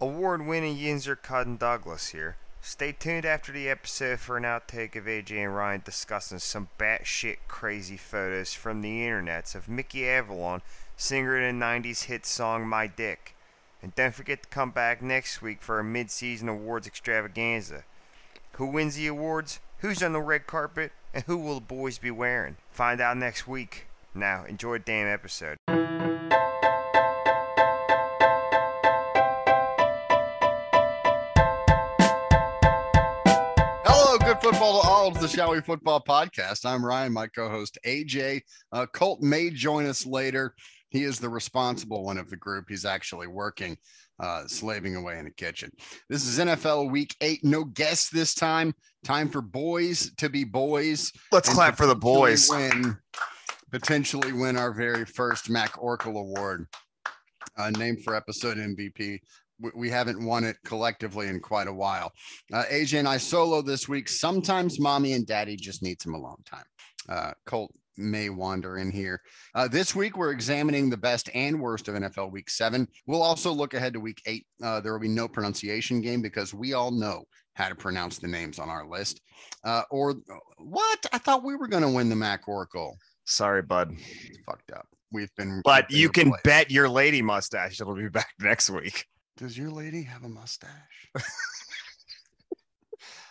award winning Yinzer Cotton Douglas here. Stay tuned after the episode for an outtake of AJ and Ryan discussing some batshit crazy photos from the internets of Mickey Avalon, singer in the 90s hit song My Dick. And don't forget to come back next week for a mid season awards extravaganza. Who wins the awards? Who's on the red carpet? And who will the boys be wearing? Find out next week. Now, enjoy the damn episode. Hello, good football to all of the Shall We Football podcast. I'm Ryan, my co-host AJ. Uh, Colt may join us later. He is the responsible one of the group. He's actually working, uh, slaving away in the kitchen. This is NFL Week Eight. No guests this time. Time for boys to be boys. Let's and clap for the potentially boys. Win, potentially win our very first Mac Oracle Award, uh, named for episode MVP. We, we haven't won it collectively in quite a while. Uh, AJ and I solo this week. Sometimes mommy and daddy just need some alone time. Uh, Colt may wander in here. Uh, this week, we're examining the best and worst of NFL Week 7. We'll also look ahead to Week 8. Uh, there will be no pronunciation game because we all know how to pronounce the names on our list. Uh, or what? I thought we were going to win the Mac Oracle. Sorry, bud. It's fucked up. We've been. But we've been you can replaced. bet your lady mustache it'll be back next week. Does your lady have a mustache?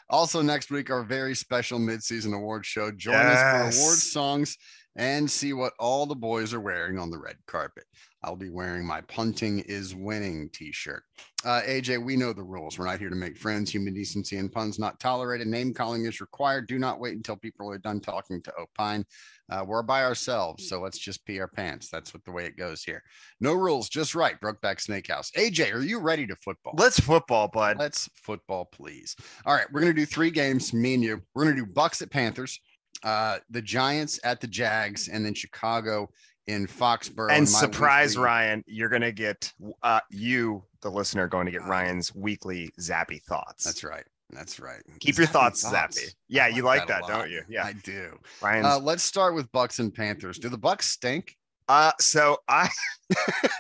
also, next week, our very special midseason award show. Join us Yes. for award songs and see what all the boys are wearing on the red carpet. I'll be wearing my punting is winning t shirt. Uh, AJ, we know the rules. We're not here to make friends. Human decency and puns not tolerated. Name calling is required. Do not wait until people are done talking to opine. Uh, we're by ourselves, so let's just pee our pants. That's what the way it goes here. No rules, just right. Brokeback Snake House. AJ, are you ready to football? Let's football, bud. Oh. Let's football, please. All right, we're gonna do three games. Me and you. We're gonna do Bucks at Panthers, uh, the Giants at the Jags, and then Chicago in Foxborough. and in my surprise weekly- Ryan, you're gonna get uh you, the listener, are going to get Uh, Ryan's weekly zappy thoughts. That's right. That's right. Keep your Zappy thoughts, zappy. Yeah, I you like like that that, a lot. don't you? Yeah, I do. Ryan's Uh, let's start with Bucks and Panthers. Do the Bucks stink? Uh, so I,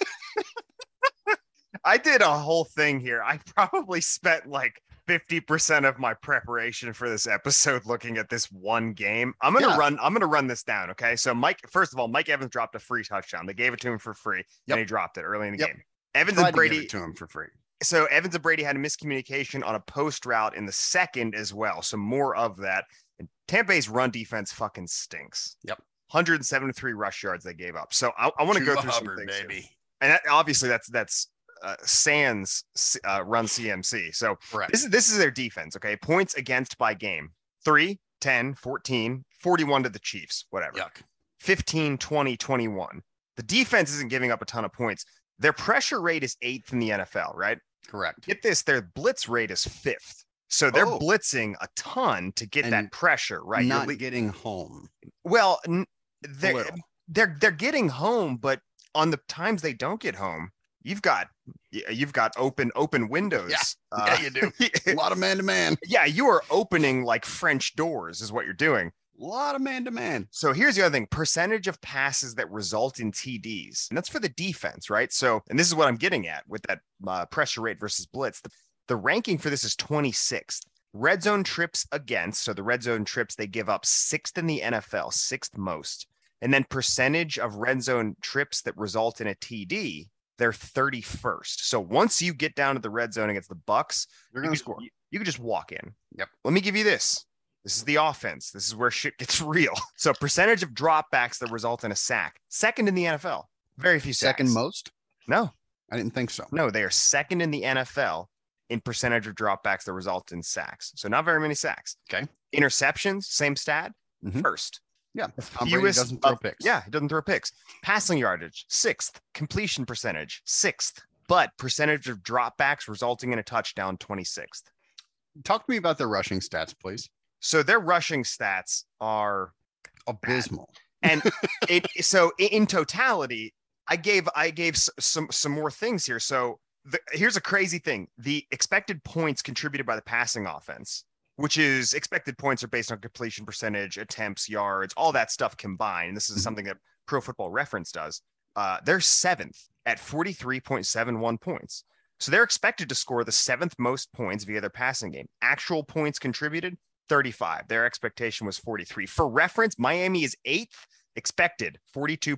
I did a whole thing here. I probably spent like fifty percent of my preparation for this episode looking at this one game. I'm gonna Yeah. run. I'm gonna run this down. Okay. So Mike, first of all, Mike Evans dropped a free touchdown. They gave it to him for free, Yep. and he dropped it early in the Yep. game. Evans Tried and to give it Brady. to him for free. So Evans and Brady had a miscommunication on a post route in the second as well. So more of that. And Tampa Bay's run defense fucking stinks. Yep. 173 rush yards they gave up. So I, I want to Chuba go through Hubbard, some things. here. And that, obviously that's that's uh, Sans uh, run CMC. So Right. this is this is their defense, okay? Points against by game. 3, 10, 14, 41 to the Chiefs, whatever. Yuck. 15, 20, 21. The defense isn't giving up a ton of points. Their pressure rate is 8th in the NFL, right? Correct. get this their blitz rate is fifth so they're Oh. blitzing a ton to get And that pressure right You're Not le- getting home. well n- they're, Little. they're they're getting home but on the times they don't get home you've got y- you've got open open windows uh, yeah, you do. a lot of man to man. yeah you are opening like french doors is what you're doing A lot of man to man. So here's the other thing percentage of passes that result in TDs. And that's for the defense, right? So, and this is what I'm getting at with that uh, pressure rate versus blitz. The, the ranking for this is 26th. Red zone trips against. So the red zone trips, they give up sixth in the NFL, sixth most. And then percentage of red zone trips that result in a TD, they're 31st. So once you get down to the red zone against the Bucks, They're gonna you, could- score. You, you could just walk in. Yep. Let me give you this. This is the offense. This is where shit gets real. So percentage of dropbacks that result in a sack. Second in the NFL. Very few sacks. Second most? No, I didn't think so. no, they are second in the NFL in percentage of dropbacks that result in sacks. So not very many sacks. Okay. Interceptions, same stat. Mhm. First. Yeah. Tom Brady Fewest doesn't throw of- picks. Yeah, he doesn't throw picks. Passing yardage, sixth. Completion percentage, sixth. But percentage of dropbacks resulting in a touchdown, 26th. Talk to me about their rushing stats, please. So their rushing stats are Abysmal. and it so i- in totality, I gave I gave s- some some more things here. So the, here's a crazy thing: the expected points contributed by the passing offense, which is expected points are based on completion percentage, attempts, yards, all that stuff combined. This is Mhm. something that Pro Football Reference does. Uh, they're seventh at forty three point seven one points. So they're expected to score the seventh most points via their passing game. Actual points contributed 35. Their expectation was 43. For reference, Miami is eighth expected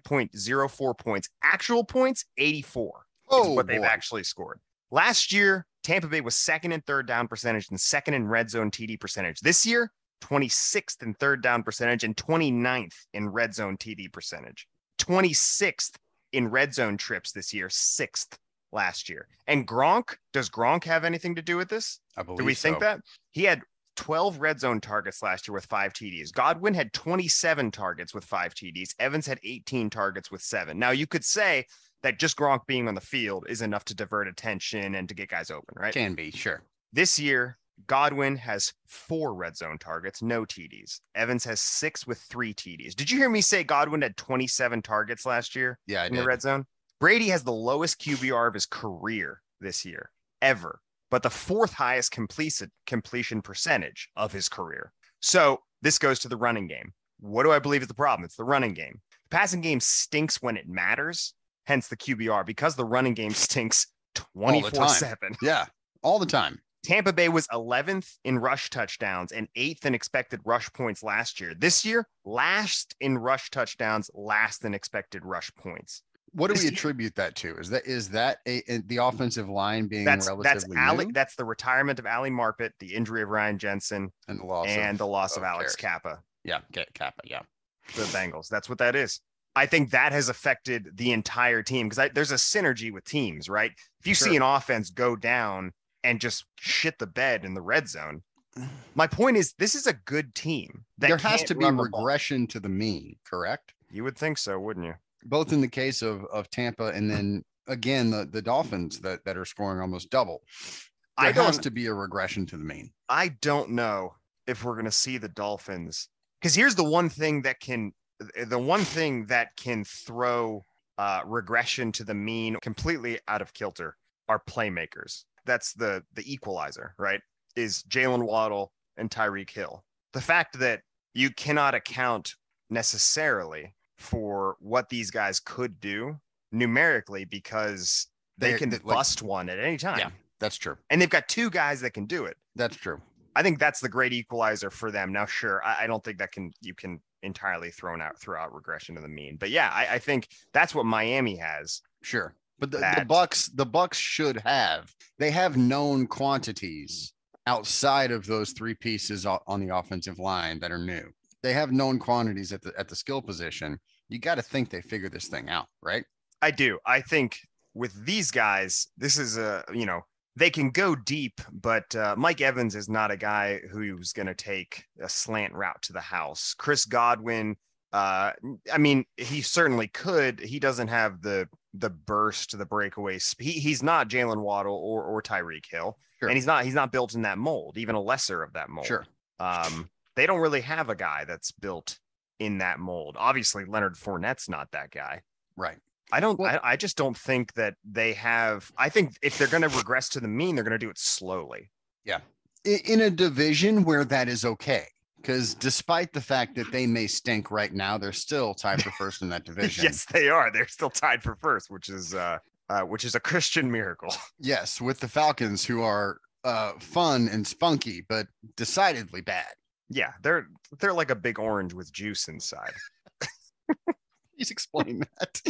42.04 points. Actual points 84 Oh, is what they've boy. actually scored. Last year, Tampa Bay was second in third down percentage and second in red zone TD percentage. This year, 26th in third down percentage and 29th in red zone TD percentage. 26th in red zone trips this year, sixth last year. And Gronk, does Gronk have anything to do with this? I believe Do we think so. that? He had 12 red zone targets last year with five TDs. Godwin had 27 targets with five TDs. Evans had 18 targets with seven. Now, you could say that just Gronk being on the field is enough to divert attention and to get guys open, right? can be sure? This year, Godwin has four red zone targets, no TDs. Evans has six with three TDs. Did you hear me say Godwin had 27 targets last year? Yeah, I in the did. red zone. Brady has the lowest QBR of his career this year, ever, but the fourth highest completion completion percentage of his career. So this goes to the running game. What do I believe is the problem? It's the running game. The passing game stinks when it matters, hence the QBR, because the running game stinks the time. 24 7. Yeah, all the time. Tampa Bay was 11th in rush touchdowns and eighth in expected rush points last year. This year, last in rush touchdowns, last in expected rush points. What do This we year- attribute that to? Is that is that a, a- the offensive line being that's that's relatively Ali. new That's the retirement of Ali Marpet, the injury of Ryan Jensen, and the loss and the of, loss of of Alex Karras. Kappa yeah, Ka- Kappa, yeah. to the Bengals. That's what that is. I think that has affected the entire team because there's a synergy with teams, right? If you see Sure. an offense go down and just shit the bed in the red zone, my point is this is a good team. That There has can't to be run the ball. regression to the mean, correct? You would think so, wouldn't you? Both in the case of of Tampa and then again the the Dolphins that that are scoring almost double. There I has don't. to be a regression to the mean. I don't know if we're going to see the Dolphins because here's the one thing that can the one thing that can throw uh, regression to the mean completely out of kilter are playmakers. That's the the equalizer, right? Is Jalen Waddle and Tyreek Hill. The fact that you cannot account necessarily for what these guys could do numerically because they They're- can that, like- bust one at any time. Yeah. That's true. And they've got two guys that can do it. That's true. I think that's the great equalizer for them. Now, sure, I, I don't think that can you can entirely thrown out throughout regression to the mean, but yeah, I, I think that's what Miami has. Sure. But the, the That- Bucks, the Bucks should have. They have known quantities outside of those three pieces o- on the offensive line that are new. They have known quantities at the at the skill position. You got to think they figure this thing out, right? I do. I think with these guys, this is a you know they can go deep, but uh, Mike Evans is not a guy who's going to take a slant route to the house. Chris Godwin, uh, I mean, he certainly could. He doesn't have the the burst, the breakaway. sp- He, he's not Jalen Waddle or or Tyreek Hill. Sure. and he's not he's not built in that mold even a lesser of that mold Sure. um they don't really have a guy that's built in that mold obviously leonard fournette's not that guy Right. i don't Well- I, I just don't think that they have i think if they're going to regress to the mean they're going to do it slowly I- In a division where that is okay, because despite the fact that they may stink right now, they're still tied for first in that division. yes they are they're still tied for first which is uh, uh which is a christian miracle Yes, with the Falcons, who are uh, fun and spunky, but decidedly bad. yeah they're they're like a big orange with juice inside Please explain that.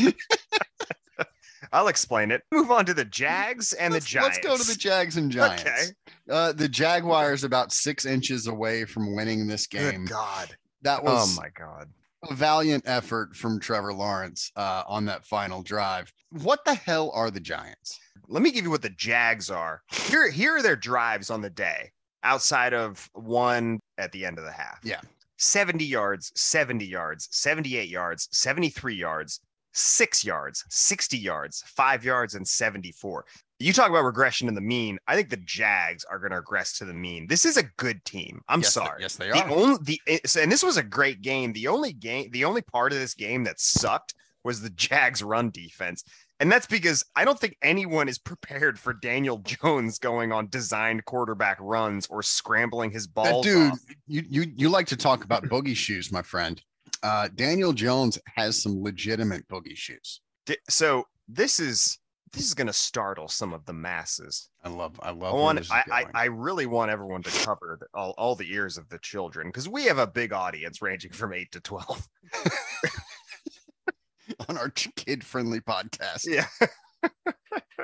i'll explain it move on to the jags and the let's, giants Let's go to the Jags and Giants. okay Uh, the Jaguars about six inches away from winning this game. good god That oh was my god a valiant effort from Trevor Lawrence uh, on that final drive. What the hell are the Giants? let me give you what the Jags are. Here, here are their drives on the day outside of one at the end of the half. Yeah. 70 yards, 70 yards, 78 yards, 73 yards, six yards, 60 yards, five yards, and 74. You talk about regression to the mean. I think the Jags are going to regress to the mean. This is a good team. I'm Yes, they- sorry. yes, they The are. only the it's- and this was a great game. The only game, the only part of this game that sucked was the Jags' run defense, and that's because I don't think anyone is prepared for Daniel Jones going on designed quarterback runs or scrambling his That balls. dude, off. you, you you like to talk about boogie shoes, my friend. Uh, Daniel Jones has some legitimate boogie shoes. Di- So this is this is going to startle some of the masses. I love, I I love. where want, Oh, this is I, I, going. I really want everyone to cover the, all, all the ears of the children because we have a big audience ranging from eight to twelve. on our kid-friendly podcast. Yeah.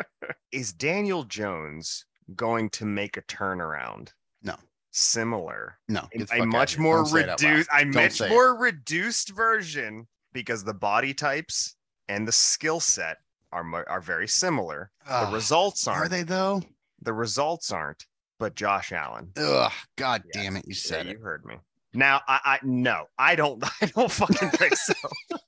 is Daniel Jones going to make a turnaround? No. Similar. No, A- get the fuck A outta much here. more Don't say it out loud. reduced, a Don't much say it. more reduced version because the body types and the skill set are mu- are very similar. The Ugh. results Ah. Are aren't. they though? The results aren't. But Josh Allen. Ugh, god Yeah. damn it, you Yeah, said you it. heard me. Now I, I no, I don't I don't fucking think so.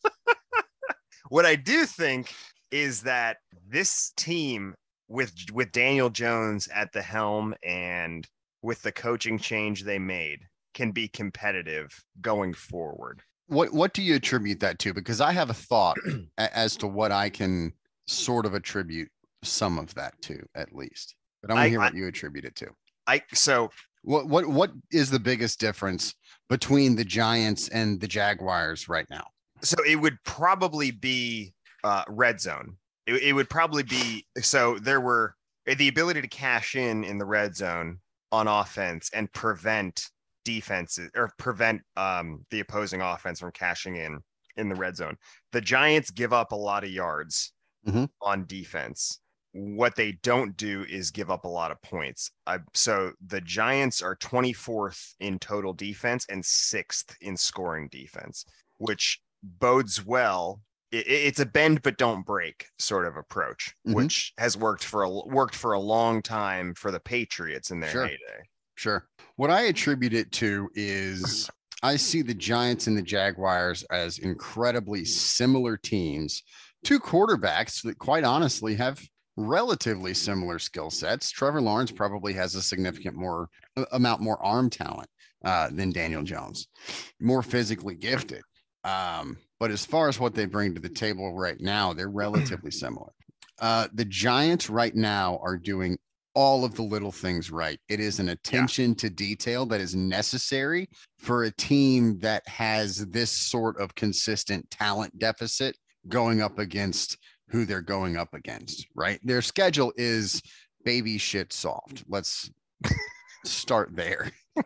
what I do think is that this team with with Daniel Jones at the helm and with the coaching change they made can be competitive going forward. What what do you attribute that to? Because I have a thought a- as to what I can sort of attribute some of that to, at least. But I want I- to hear I- what you attribute it to. I so What what what is the biggest difference between the Giants and the Jaguars right now? so it would probably be uh, red zone. It, it would probably be so there were the ability to cash in in the red zone on offense and prevent defenses or prevent um, the opposing offense from cashing in in the red zone. The Giants give up a lot of yards Mhm. on defense. What they don't do is give up a lot of points. I, so the Giants are 24th in total defense and sixth in scoring defense, which bodes well. I- i- it's a bend but don't break sort of approach, Mhm. which has worked for a worked for a long time for the Patriots in their Sure. heyday. Sure. What I attribute it to is I see the Giants and the Jaguars as incredibly similar teams, two quarterbacks that quite honestly have relatively similar skill sets. Trevor Lawrence probably has a significant more a- amount more arm talent uh, than Daniel Jones, more physically gifted. Um, but as far as what they bring to the table right now, they're relatively similar. Uh, the Giants right now are doing all of the little things right. It is an attention to detail that is necessary for a team that has this sort of consistent talent deficit going up against who they're going up against, right? Their schedule is baby shit soft. Let's start there.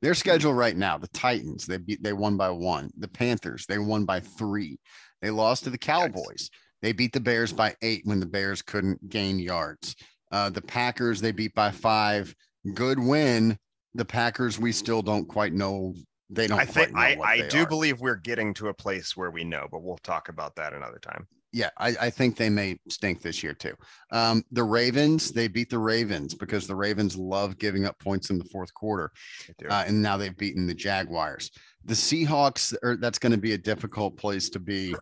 Their schedule right now, the Titans, they beat they won by 1. The Panthers, they won by 3. They lost to the Cowboys. They beat the Bears by 8 when the Bears couldn't gain yards. Uh, the Packers, they beat by five. Good win. The Packers, we still don't quite know. They don't. I think quite know I, what I they do are. believe we're getting to a place where we know, but we'll talk about that another time. Yeah, I, I think they may stink this year too. Um, the Ravens, they beat the Ravens because the Ravens love giving up points in the fourth quarter, uh, and now they've beaten the Jaguars. The Seahawks, or that's going to be a difficult place to be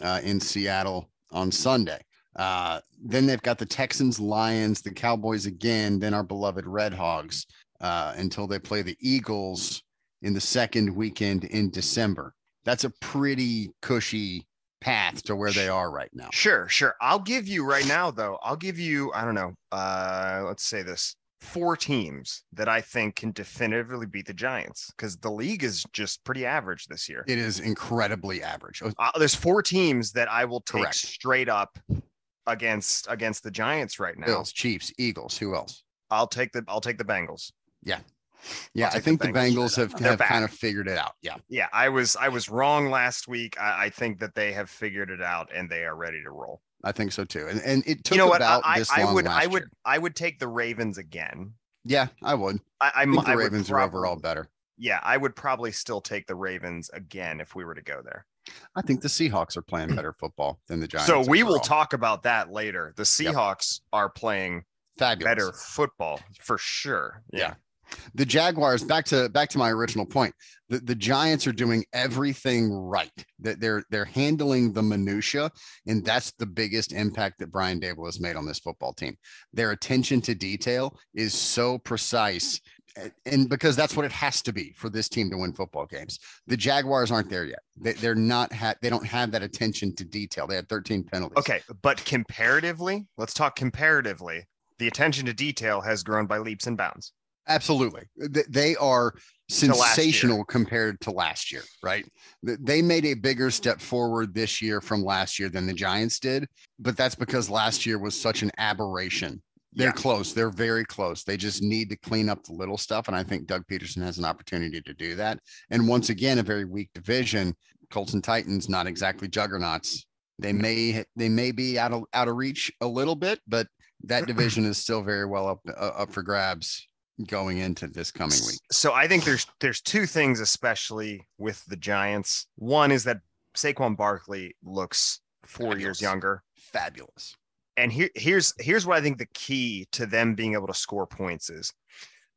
uh, in Seattle on Sunday. Uh, then they've got the Texans, Lions, the Cowboys again, then our beloved Red Hogs uh, until they play the Eagles in the second weekend in December. That's a pretty cushy path to where they are right now. Sure, sure. I'll give you right now though. I'll give you I don't know. Uh, let's say this: four teams that I think can definitively beat the Giants because the league is just pretty average this year. It is incredibly average. Oh, Uh, there's four teams that I will take Correct. straight up against against the Giants right now. Bills, Chiefs, Eagles. Who else? I'll take the I'll take the Bengals. Yeah, I'll I take the think the Bengals. Bengals have, They're have kind back. of figured it out. Yeah. Yeah, I was I was wrong last week. I, I think that they have figured it out and they are ready to roll. I think so too. And, and it took you know what? I, about I, this I long would, last I would, year. I would take the Ravens again. Yeah, I would. I, I, I m- think the Mm, I would Ravens are prob- overall better. Yeah, I would probably still take the Ravens again if we were to go there. I think the Seahawks are playing better football than the Giants. so we will overall. talk about that later. The Yep. Seahawks are playing fabulous. better football for sure. Yeah. The Jaguars, back to back to my original point. The, the Giants are doing everything right. That they're they're handling the minutia, and that's the biggest impact that Brian Dable has made on this football team. Their attention to detail is so precise. a- And because that's what it has to be for this team to win football games, the Jaguars aren't there yet. They, they're not. Ha- they don't have that attention to detail. They had 13 penalties. Okay, but comparatively, let's talk comparatively. The attention to detail has grown by leaps and bounds. Absolutely. Th- They are last year. sensational compared to last year, right? Th- They made a bigger step forward this year from last year than the Giants did, but that's because last year was such an aberration. They're Yeah. close. They're very close. They just need to clean up the little stuff. And I think Doug Peterson has an opportunity to do that. And once again, a very weak division. Colts and Titans, not exactly juggernauts. They may they may be out of out of reach a little bit, but that division is still very well up uh, up for grabs going into this coming week. So I think there's there's two things, especially with the Giants. One is that Saquon Barkley looks four Fabulous. years younger. Fabulous. And here here's here's what I think the key to them being able to score points is.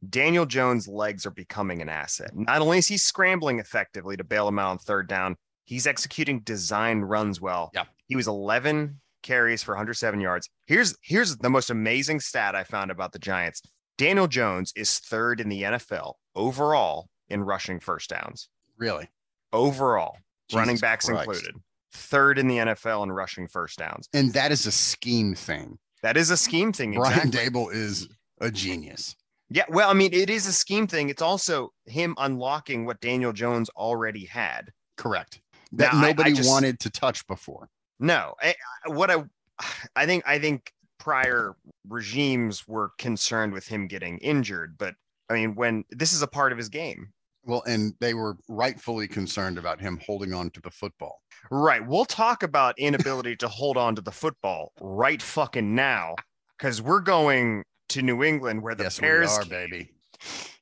Daniel Jones' legs are becoming an asset. Not only is he scrambling effectively to bail him out on third down, he's executing design runs well. Yeah. He was 11 carries for 107 yards. Here's here's the most amazing stat I found about the Giants. Daniel Jones is third in the NFL overall in rushing first downs. Really. Overall, running Jesus backs Christ. included. Third in the NFL in rushing first downs. And that is a scheme thing. That is a scheme thing. Brian Dable is a genius. Yeah, well, I mean, it is a scheme thing. It's also him unlocking what Daniel Jones already had. Correct. That Now, I- I nobody just- wanted to touch before. No, I, I- what I, I think, I think prior regimes were concerned with him getting injured, but I mean, when this is a part of his game, Well, and they were rightfully concerned about him holding on to the football. right? We'll talk about inability to hold on to the football right fucking now, because we're going to New England where the yes, Bears we are, baby.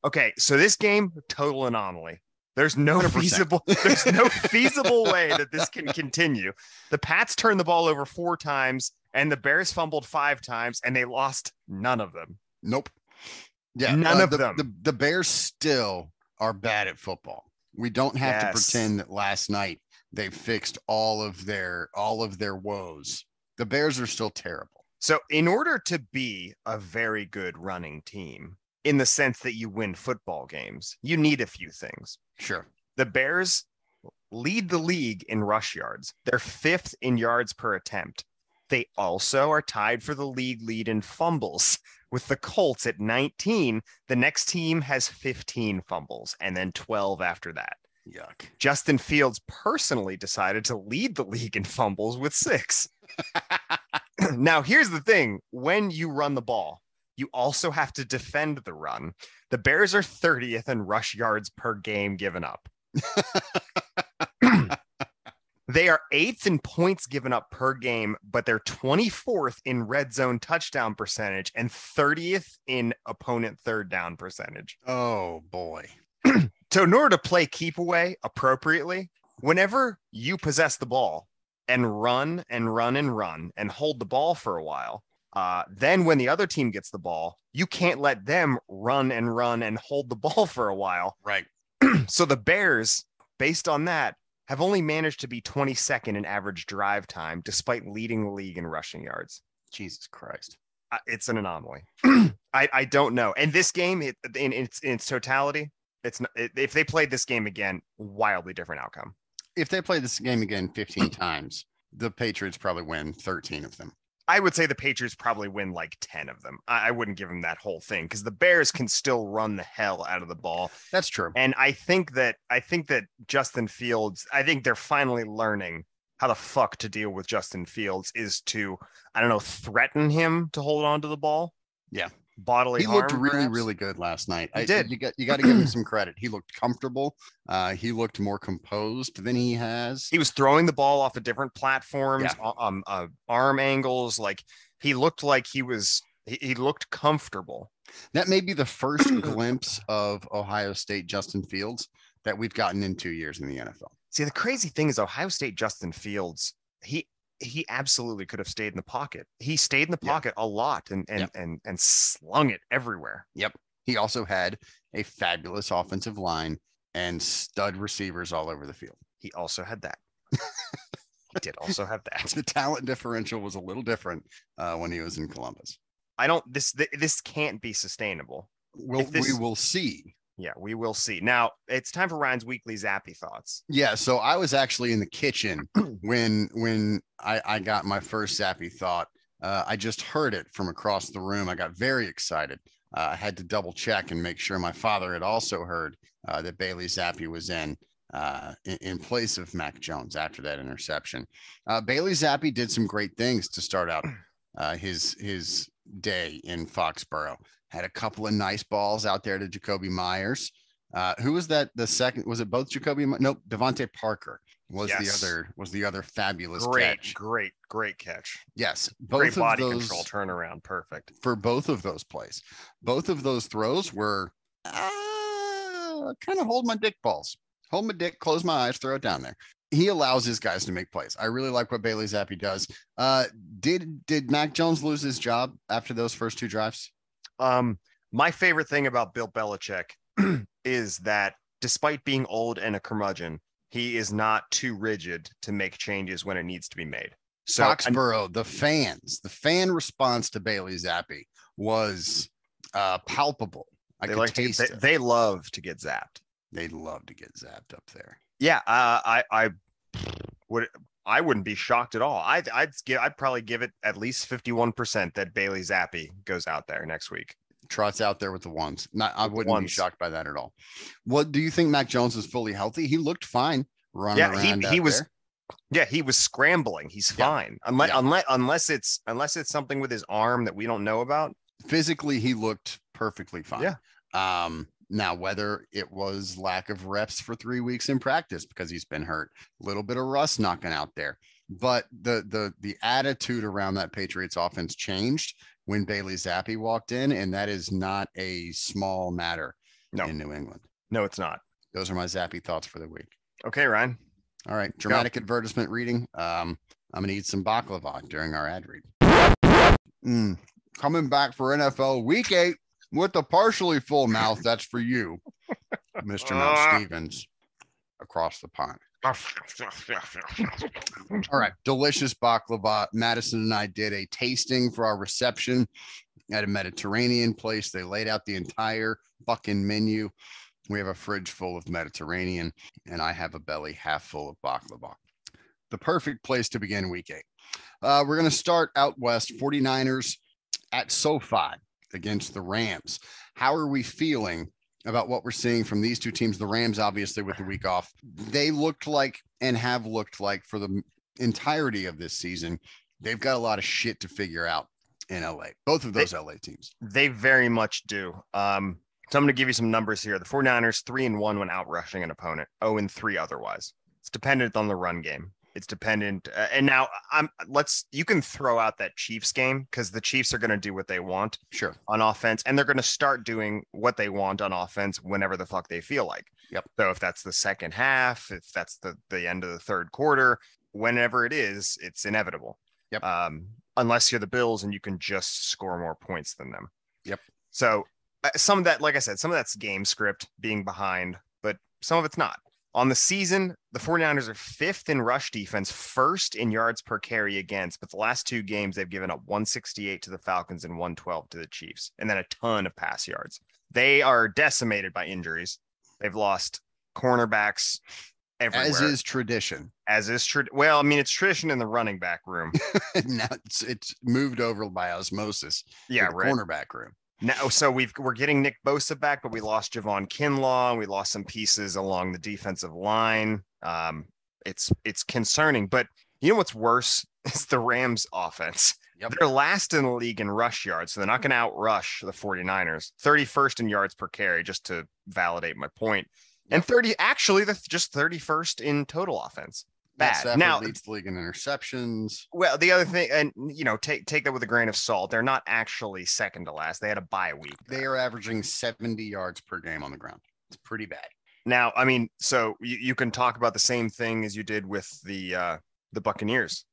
Okay, so this game total anomaly. There's no 100%. feasible there's no feasible way that this can continue. The Pats turned the ball over 4 times and the Bears fumbled 5 times and they lost none of them. Nope. Yeah, uh, None of the, them. The, the Bears still are bad at football. We don't have Yes. to pretend that last night they fixed all of their all of their woes. The Bears are still terrible. So in order to be a very good running team in the sense that you win football games, you need a few things. Sure. The Bears lead the league in rush yards. They're fifth in yards per attempt. They also are tied for the league lead in fumbles with the Colts at 19. The next team has 15 fumbles and then 12 after that. Yuck. Justin Fields personally decided to lead the league in fumbles with six. now, here's the thing when you run the ball, you also have to defend the run. The Bears are 30th in rush yards per game given up. they are eighth in points given up per game, but they're 24th in red zone touchdown percentage and 30th in opponent third down percentage. Oh boy. So, in order to play keep away appropriately, whenever you possess the ball and run and run and run and hold the ball for a while, uh, then when the other team gets the ball, you can't let them run and run and hold the ball for a while. Right. So, the Bears, based on that, have only managed to be 22nd in average drive time despite leading the league in rushing yards. Jesus Christ. I- it's an anomaly. I, I don't know. And this game, it, in, its in its totality, it's not, it, if they played this game again, wildly different outcome. If they play this game again 15 times, the Patriots probably win 13 of them. I would say the Patriots probably win like ten of them. I, I wouldn't give them that whole thing because the Bears can still run the hell out of the ball. That's true. And I think that I think that Justin Fields. I think they're finally learning how the fuck to deal with Justin Fields is to I don't know threaten him to hold on to the ball. Yeah. bodily. He looked harm, really, perhaps. really good last night. He did. You got you got to give him some credit. He looked comfortable. Uh, he looked more composed than he has. he was throwing the ball off of different platforms, Yeah. uh, um, uh, arm angles. Like he looked like he was, he, he looked comfortable. That may be the first glimpse of Ohio State Justin Fields that we've gotten in two years in the NFL. See, the crazy thing is Ohio State Justin Fields. He he absolutely could have stayed in the pocket. He stayed in the Yeah. pocket a lot and and and and slung it everywhere. He also had a fabulous offensive line and stud receivers all over the field. He also had that. he did also have that. The talent differential was a little different uh, when he was in Columbus. I don't. This th- this can't be sustainable. Well, If this- we will see. Yeah, we will see. Now it's time for Ryan's weekly zappy thoughts. Yeah, so I was actually in the kitchen when when I, I got my first zappy thought. Uh, I just heard it from across the room. I got very excited. Uh, I had to double check and make sure my father had also heard uh, that Bailey Zappi was in, uh, in in place of Mac Jones after that interception. Uh, Bailey Zappi did some great things to start out uh, his his day in Foxborough. Had a couple of nice balls out there to Jacoby Myers. Uh, who was that? The second was it both Jacoby? My- Nope, Devontae Parker was Yes. the other was the other fabulous Great, catch. great, great catch. Yes, both great of body those, control turnaround. Perfect. for both of those plays. Both of those throws were kind of hold my dick balls. Hold my dick, close my eyes, throw it down there. He allows his guys to make plays. I really like what Bailey Zappi does. Uh, did did Mac Jones lose his job after those first two drives? Um, my favorite thing about Bill Belichick is that despite being old and a curmudgeon, he is not too rigid to make changes when it needs to be made. So and Foxborough, the fans, the fan response to Bailey Zappi was uh, palpable. I they could like to, taste they, it. they love to get zapped. They love to get zapped up there. Yeah, uh, I I would I wouldn't be shocked at all. I'd I'd give I'd probably give it at least fifty one percent that Bailey Zappi goes out there next week. trots out there with the ones. Not, I With the wouldn't be ones. shocked by that at all. What do you think? Mac Jones is fully healthy. He looked fine running Yeah, he- around. he out was- there. Yeah, he was scrambling. He's Yeah. fine unless Yeah. unless unless it's unless it's something with his arm that we don't know about. physically. He looked perfectly fine. Yeah. Um. Now, whether it was lack of reps for three weeks in practice because he's been hurt, a little bit of rust knocking out there, but the the the attitude around that Patriots offense changed when Bailey Zappi walked in, and that is not a small matter No. in New England. No, it's not. Those are my Zappy thoughts for the week. Okay, Ryan. All right, dramatic advertisement reading. Um, I'm gonna eat some baklava during our ad read. Mm, Coming back for NFL Week Eight with a partially full mouth. That's for you, Mr. Mount Stevens, across the pond. All right, delicious baklava. Madison and I did a tasting for our reception at a Mediterranean place. They laid out the entire fucking menu. We have a fridge full of Mediterranean, and I have a belly half full of baklava. The perfect place to begin week eight. Uh, we're going to start out west 49ers at SoFi against the Rams. How are we feeling about what we're seeing from these two teams? The Rams, obviously, with the week off, they looked like and have looked like for the entirety of this season, they've got a lot of shit to figure out in LA, both of They- those LA teams. They very much do. Um, so I'm going to give you some numbers here. The 49ers, 3 and 1 when out rushing an opponent, 0 and 3 otherwise. It's dependent on the run game. It's dependent. Uh, and now I'm let's you can throw out that Chiefs game cuz the Chiefs are going to do what they want Sure. on offense and they're going to start doing what they want on offense whenever the fuck they feel like. Yep. So if that's the second half, if that's the the end of the third quarter, whenever it is, it's inevitable. Yep. Um unless you're the Bills and you can just score more points than them. Yep. So uh, some of that like I said, some of that's game script being behind, but some of it's not. On the season, the 49ers are fifth in rush defense, first in yards per carry against, but the last two games they've given up 168 to the Falcons and 112 to the Chiefs, and then a ton of pass yards. They are decimated by injuries. They've lost cornerbacks everywhere, As is tradition. as is true. Well, I mean, it's tradition in the running back room. now it's it's moved over by osmosis. Yeah, to the right. Cornerback room. Now, so we've we're getting Nick Bosa back, but we lost Javon Kinlaw. and We lost some pieces along the defensive line. Um, it's it's concerning, but you know what's worse is the Rams' offense. Yep. They're last in the league in rush yards, so they're not going to outrush the 49ers. 31st in yards per carry, just to validate my point. And 30, actually, that's just 31st in total offense. Matt Bad. Stafford Now- leads the league in interceptions. Well, the other thing, and you know, take take that with a grain of salt. They're not actually second to last. They had a bye week. They are averaging 70 yards per game on the ground. It's pretty bad. Now, I mean, so you, you can talk about the same thing as you did with the uh the Buccaneers.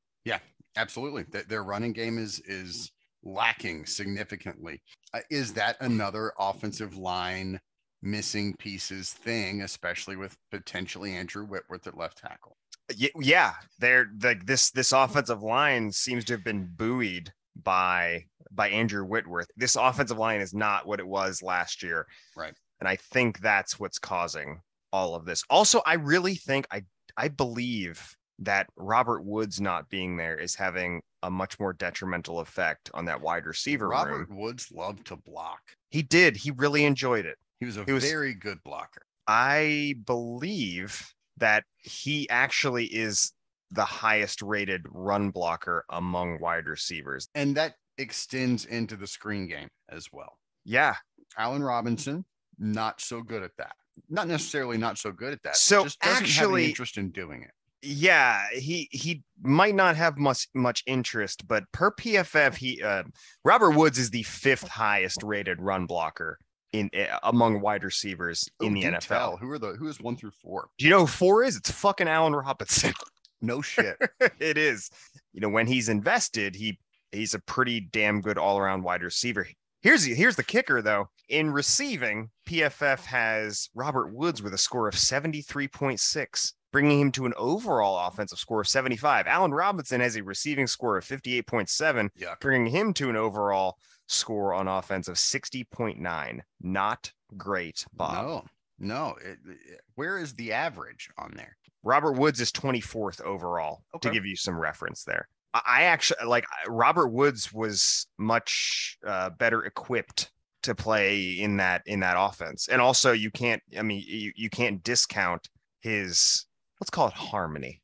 Absolutely. Th- Their running game is is lacking significantly. Uh, is that another offensive line missing pieces thing, especially with potentially Andrew Whitworth at left tackle? Y- yeah, they're like this this offensive line seems to have been buoyed by by Andrew Whitworth. This offensive line is not what it was last year. Right. And I think that's what's causing all of this. Also, I really think I I believe that Robert Woods not being there is having a much more detrimental effect on that wide receiver room. Robert Woods loved to block. He did. He really enjoyed it. He was a He was- very good blocker. I believe that he actually is the highest rated run blocker among wide receivers. And that extends into the screen game as well. Yeah. Allen Robinson, not so good at that. Not necessarily not so good at that. So just doesn't have actually- any interest in doing it. Yeah, he he might not have much much interest, but per PFF, he uh, Robert Woods is the fifth highest rated run blocker in uh, among wide receivers in Ooh, the Oh, do NFL. tell. Who are the who is one through four? Do you know who four is? It's fucking Allen Robinson. No shit. it is. You know when he's invested, he he's a pretty damn good all around wide receiver. Here's the- here's the kicker though. In receiving, PFF has Robert Woods with a score of 73.6, bringing him to an overall offensive score of 75. Allen Robinson has a receiving score of 58.7, Yuck. bringing him to an overall score on offense of 60.9. Not great, Bob. No, no. It- it- where is the average on there? Robert Woods is 24th overall to Okay. give you some reference there. I- I actually like I- Robert Woods was much uh, better equipped to play in that in that offense. And also you can't I mean you, you can't discount his let's call it harmony.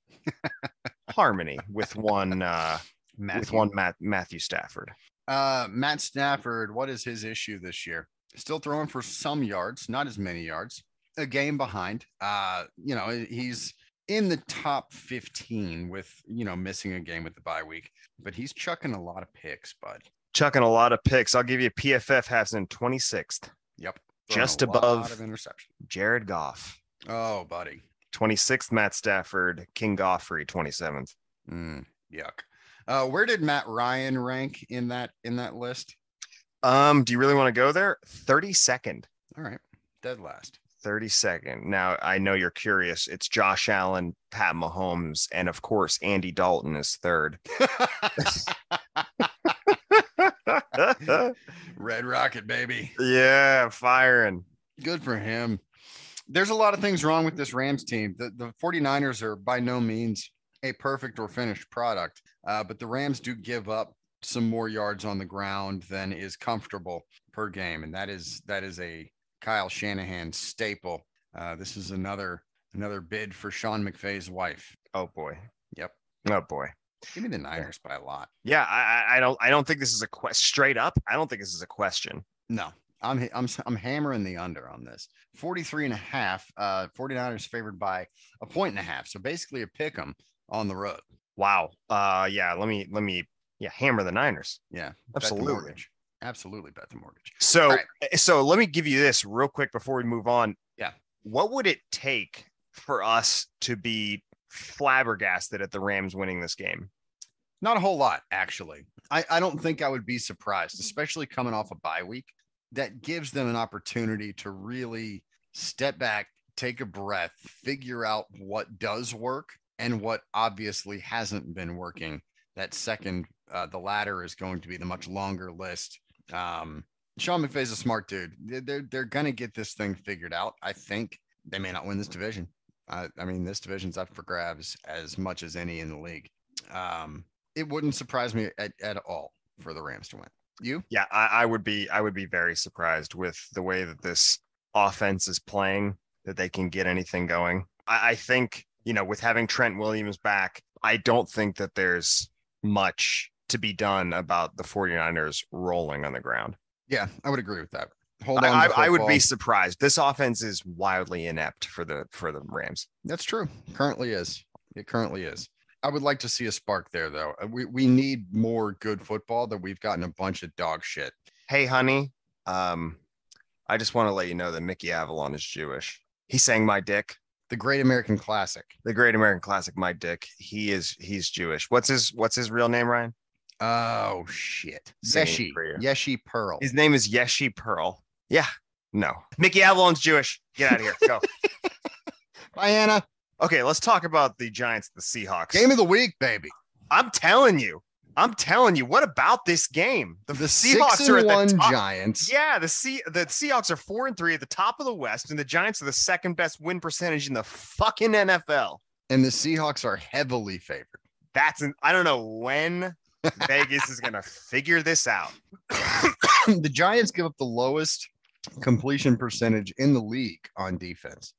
harmony with one uh with Matthew. one Matt, Matthew Stafford. Uh, Matt Stafford, what is his issue this year? Still throwing for some yards, not as many yards. A game behind. Uh, you know, he's in the top 15 with, you know, missing a game with the bye week, but he's chucking a lot of picks, bud. Chucking a lot of picks. I'll give you PFF has him 26th. Yep. Just Throwing a above- lot of interception. Jared Goff, Oh, buddy. 26th Matt Stafford, King Goffrey 27th. Mm, yuck. Uh, where did Matt Ryan rank in that in that list? Um, do you really want to go there? 32nd. All right, dead last. 32nd. Now I know you're curious. It's Josh Allen, Pat Mahomes, and of course Andy Dalton is third. Red Rocket, baby. yeah, firing. Good for him. There's a lot of things wrong with this Rams team. The, the 49ers are by no means a perfect or finished product, uh, but the Rams do give up some more yards on the ground than is comfortable per game, and that is that is a Kyle Shanahan staple. Uh, this is another another bid for Sean McVay's wife. Oh boy. Yep. Oh boy. Give me the Niners by a lot. Yeah, I, I- I don't I don't think this is a quest straight up. I don't think this is a question. No, I'm I'm I'm hammering the under on this. 43 and a half. Uh 49ers favored by a point and a half. So basically a pick 'em on the road. Wow. Uh yeah, let me let me yeah, hammer the Niners. Yeah. bet the Absolutely. mortgage. Absolutely bet the mortgage. So, eh, All right. so let me give you this real quick before we move on. Yeah. What would it take for us to be flabbergasted at the Rams winning this game? Not a whole lot, actually. I, I don't think I would be surprised, especially coming off a bye week. That gives them an opportunity to really step back, take a breath, figure out what does work and what obviously hasn't been working. That second, uh, the latter is going to be the much longer list. Um, Sean McVay's a smart dude. They're, they're, they're going to get this thing figured out. I think they may not win this division. I, I mean, this division's up for grabs as much as any in the league. Um, it wouldn't surprise me at, at all for the Rams to win. You? Yeah, I, I would be I would be very surprised with the way that this offense is playing that they can get anything going. I, I think you know with having Trent Williams back, I don't think that there's much to be done about the 49ers rolling on the ground. Yeah, I would agree with that. Hold on. I, to I, I would football. be surprised. This offense is wildly inept for the for the Rams. That's true. Currently is. It currently is. I would like to see a spark there, though. Uh, We we need more good football that we've gotten a bunch of dog shit. Hey, honey, um, I just want to let you know that Mickey Avalon is Jewish. He sang my dick, The Great American Classic, the Great American Classic, my dick. He is he's Jewish. What's his What's his real name, Ryan? Oh shit. Singing Yeshi. for you. Yeshi Pearl. His name is Yeshi Pearl. Yeah, no, Mickey Avalon's Jewish. Get out of here. Go. Bye, Anna. okay, let's talk about the Giants, the Seahawks. Game of the week, baby. I'm telling you, I'm telling you. What about this game? The, Seahawks six are and at one the top. Giants. Yeah, the Se- the Seahawks are four and three at the top of the West, and the Giants are the second best win percentage in the fucking NFL. and the Seahawks are heavily favored. That's an I don't know when Vegas is gonna figure this out. the Giants give up the lowest completion percentage in the league on defense,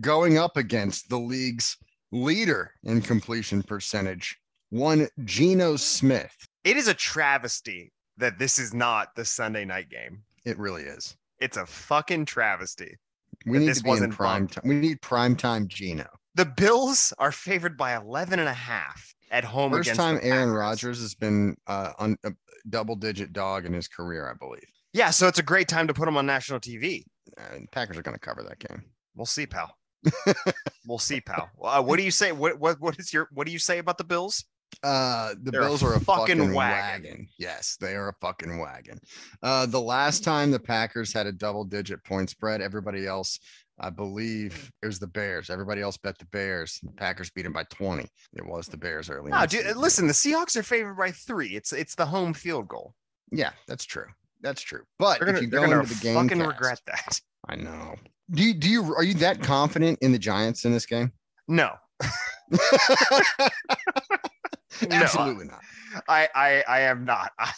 going up against the league's leader in completion percentage, one Geno Smith. It is a travesty that this is not the Sunday night game. It really is. It's a fucking travesty. We But need this to be in wasn't prime time. We need prime time Geno. The Bills are favored by 11 and a half at home. First against the time Aaron Packers. Rodgers has been uh, on a double digit dog in his career, I believe. Yeah, so it's a great time to put him on national TV. Uh, Packers are going to cover that game. We'll see, pal. we'll see, pal. Uh, what do you say? What what what is your what do you say about the Bills? Uh, the They're a Bills are a fucking, fucking wagon. wagon. Yes, they are a fucking wagon. Uh, the last time the Packers had a double digit point spread, everybody else, I believe, it was the Bears. Everybody else bet the Bears. The Packers beat them by 20. It was the Bears early. in No, the dude, uh, season. listen, the Seahawks are favored by three. It's it's the home field goal. Yeah, that's true. That's true. But They're gonna, if you they're go gonna into the game, fucking cast- regret that. I know. Do you, do you are you that confident in the Giants in this game? No, Absolutely not. I I, I am not. I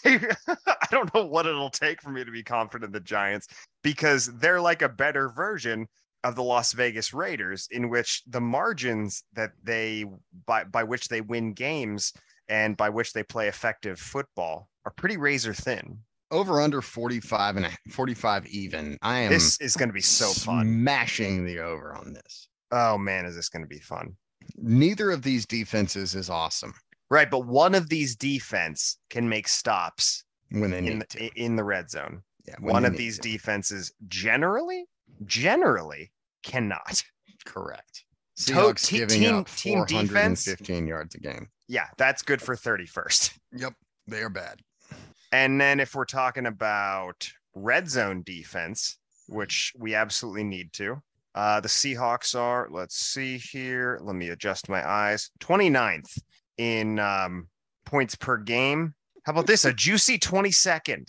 I don't know what it'll take for me to be confident in the Giants because they're like a better version of the Las Vegas Raiders, in which the margins that they by by which they win games and by which they play effective football are pretty razor thin. Over under 45 and a, 45 even. I am This is going to be so fun. smashing the over on this. Oh man, is this going to be fun? Neither of these defenses is awesome Right, but one of these defense can make stops when they in need to. the, in the red zone. Yeah, when one they of need these to. defenses generally generally cannot correct. To- Seahawks te- giving team- up team defense? 415 yards a game. yeah that's good for 31st Yep, they are bad. and then if we're talking about red zone defense which we absolutely need to uh the seahawks are let's see here let me adjust my eyes 29th in um points per game how about this a juicy 22nd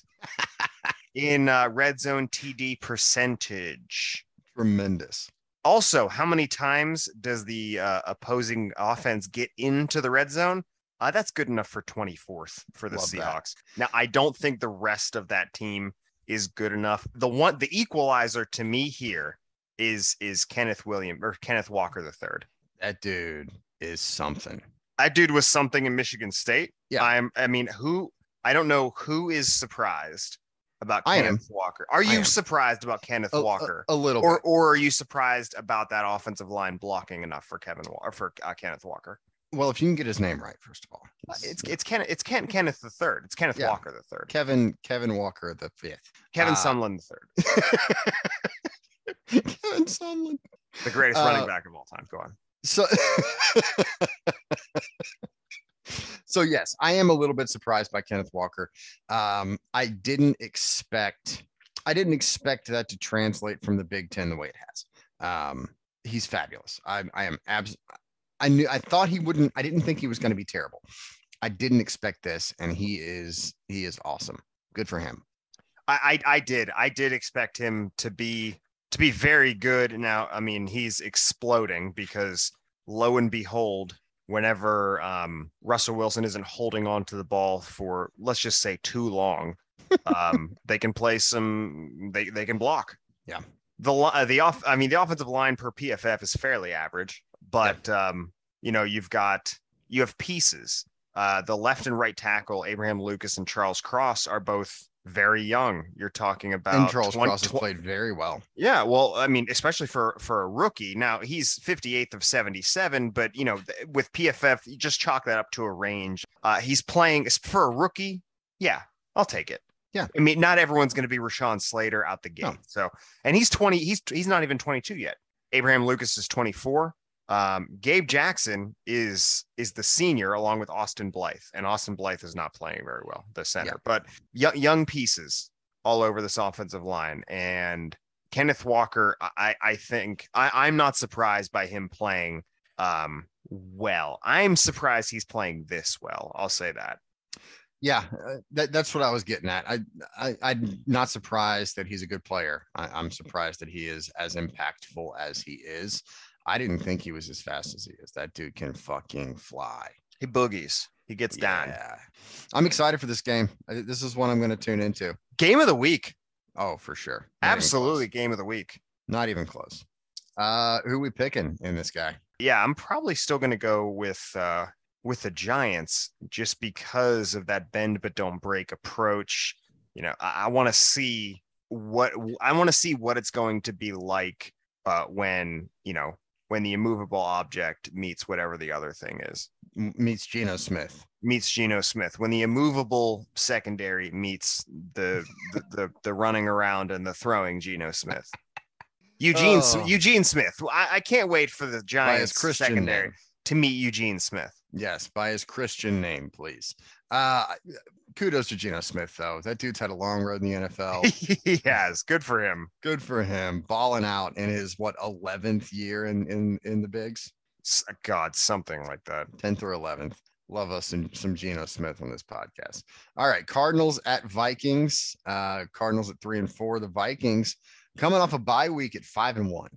in uh, red zone td percentage Tremendous. Also, how many times does the uh, opposing offense get into the red zone? Uh, that's good enough for 24th for the Love that. Seahawks. Now, I don't think the rest of that team is good enough. The one, the equalizer to me here is is Kenneth William or Kenneth Walker the third. That dude is something. That dude was something in Michigan State. Yeah. I'm. I mean, who? I don't know who is surprised about I am. Kenneth Walker. Are I you am. Oh, uh, surprised about Kenneth A- a- Walker? a, little or bit. or are you surprised about that offensive line blocking enough for Kevin Wa- or for uh, Kenneth Walker? Well, if you can get his name right, first of all, Uh, It's it's Ken it's Ken Kenneth the third. It's Kenneth Yeah. Walker the third. Kevin Kevin Walker the fifth. Kevin Ah. Sumlin the third, Kevin Sumlin. the greatest Uh, running back of all time. Go on. So, so yes, I am a little bit surprised by Kenneth Walker. Um, I didn't expect, I didn't expect that to translate from the Big Ten the way it has. Um, he's fabulous. I, I am abs. I knew, I thought he wouldn't. I didn't think he was going to be terrible. I didn't expect this, and he is, he is awesome. Good for him. I, I I did I did expect him to be to be very good. Now I mean he's exploding because lo and behold, whenever um, Russell Wilson isn't holding on to the ball for let's just say too long, um, they can play some they they can block. Yeah. The li- uh, the off I mean the offensive line per PFF is fairly average, but um, you know you've got you have pieces uh, the left and right tackle Abraham Lucas and Charles Cross are both very young. You're talking about and Charles 20 Cross has tw- played very well. Yeah, well, I mean, especially for for a rookie. Now he's 58th of 77, but you know, th- with PFF, you just chalk that up to a range. Uh, he's playing for a rookie. Yeah, I'll take it. Yeah. I mean, not everyone's going to be Rashawn Slater out the gate. No. So, and he's 20. He's he's not even 22 yet. Abraham Lucas is 24. Um, Gabe Jackson is is the senior along with Austin Blythe, and Austin Blythe is not playing very well, the center. Yeah. But young young pieces all over this offensive line, and Kenneth Walker, I I I think I, I'm not surprised by him playing um well. I'm surprised he's playing this well. I'll say that. Yeah, uh, that, that's what I was getting at. I, I I'm not surprised that he's a good player. I, I'm surprised that he is as impactful as he is. I didn't think he was as fast as he is. That dude can fucking fly. He boogies. He gets down. Yeah. I'm excited for this game. I- This is one I'm going to tune into. Game of the week. Oh, for sure. Not even Absolutely close. game of the week. Not even close. Uh, who we picking in this guy? Yeah, I'm probably still going to go with uh with the Giants just because of that bend but don't break approach. You know, I, I want to see what I want to see what it's going to be like uh when, you know, when the immovable object meets whatever the other thing is. M- meets Geno Smith. Meets Geno Smith when the immovable secondary meets the the, the, the running around and the throwing Geno Smith. Eugene S- Oh. Eugene Smith. Well, I, I can't wait for the By his Giants Christian secondary name. to meet Eugene Smith. Yes, by his Christian name, please. Uh, kudos to Geno Smith, though. That dude's had a long road in the NFL. he has. Good for him. Good for him, balling out in his what eleventh year in in in the bigs, S- God, something like that. tenth or eleventh. Love us some some Geno Smith on this podcast. All right, Cardinals at Vikings. Uh, Cardinals at three and four. The Vikings coming off a bye week at five and one.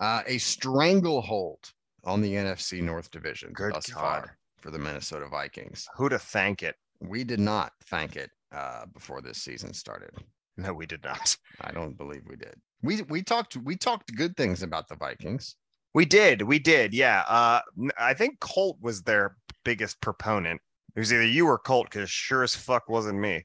Uh, a stranglehold on the NFC North division Good thus God. far for the Minnesota Vikings. Who to thank it? we did not thank it uh, before this season started. No, we did not. I don't believe we did. We we talked we talked good things about the Vikings. We did. We did. Yeah. Uh, n- I think Colt was their biggest proponent. It was either you or Colt, because sure as fuck wasn't me.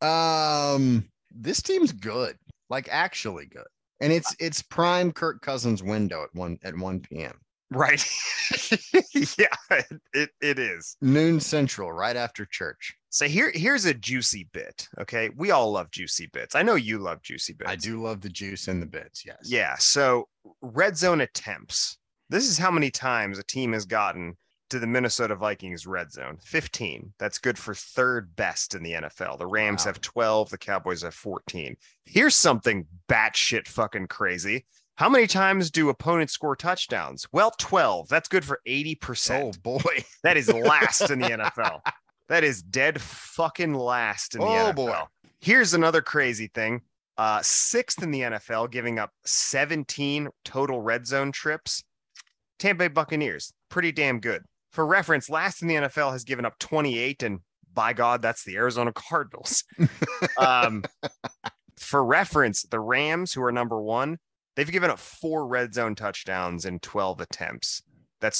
Um, this team's good, like actually good, and it's it's prime Kirk Cousins window at one at one p.m. Right. yeah, it, it, it is. noon central, right after church. So here here's a juicy bit. Okay. We all love juicy bits. I know you love juicy bits. I do love the juice and the bits. Yes. Yeah. So red zone attempts. This is how many times a team has gotten to the Minnesota Vikings red zone 15. That's good for third best in the NFL. The Rams Wow. have 12, the Cowboys have 14. Here's something batshit fucking crazy. How many times do opponents score touchdowns? Well, 12. That's good for 80%. Oh boy. That is last in the NFL. That is dead fucking last in the Oh, NFL. boy. Here's another crazy thing. Uh, sixth in the NFL, giving up 17 total red zone trips. Tampa Bay Buccaneers, pretty damn good. For reference, last in the NFL has given up 28, and by God, that's the Arizona Cardinals. um, for reference, the Rams, who are number one, they've given up four red zone touchdowns in 12 attempts. That's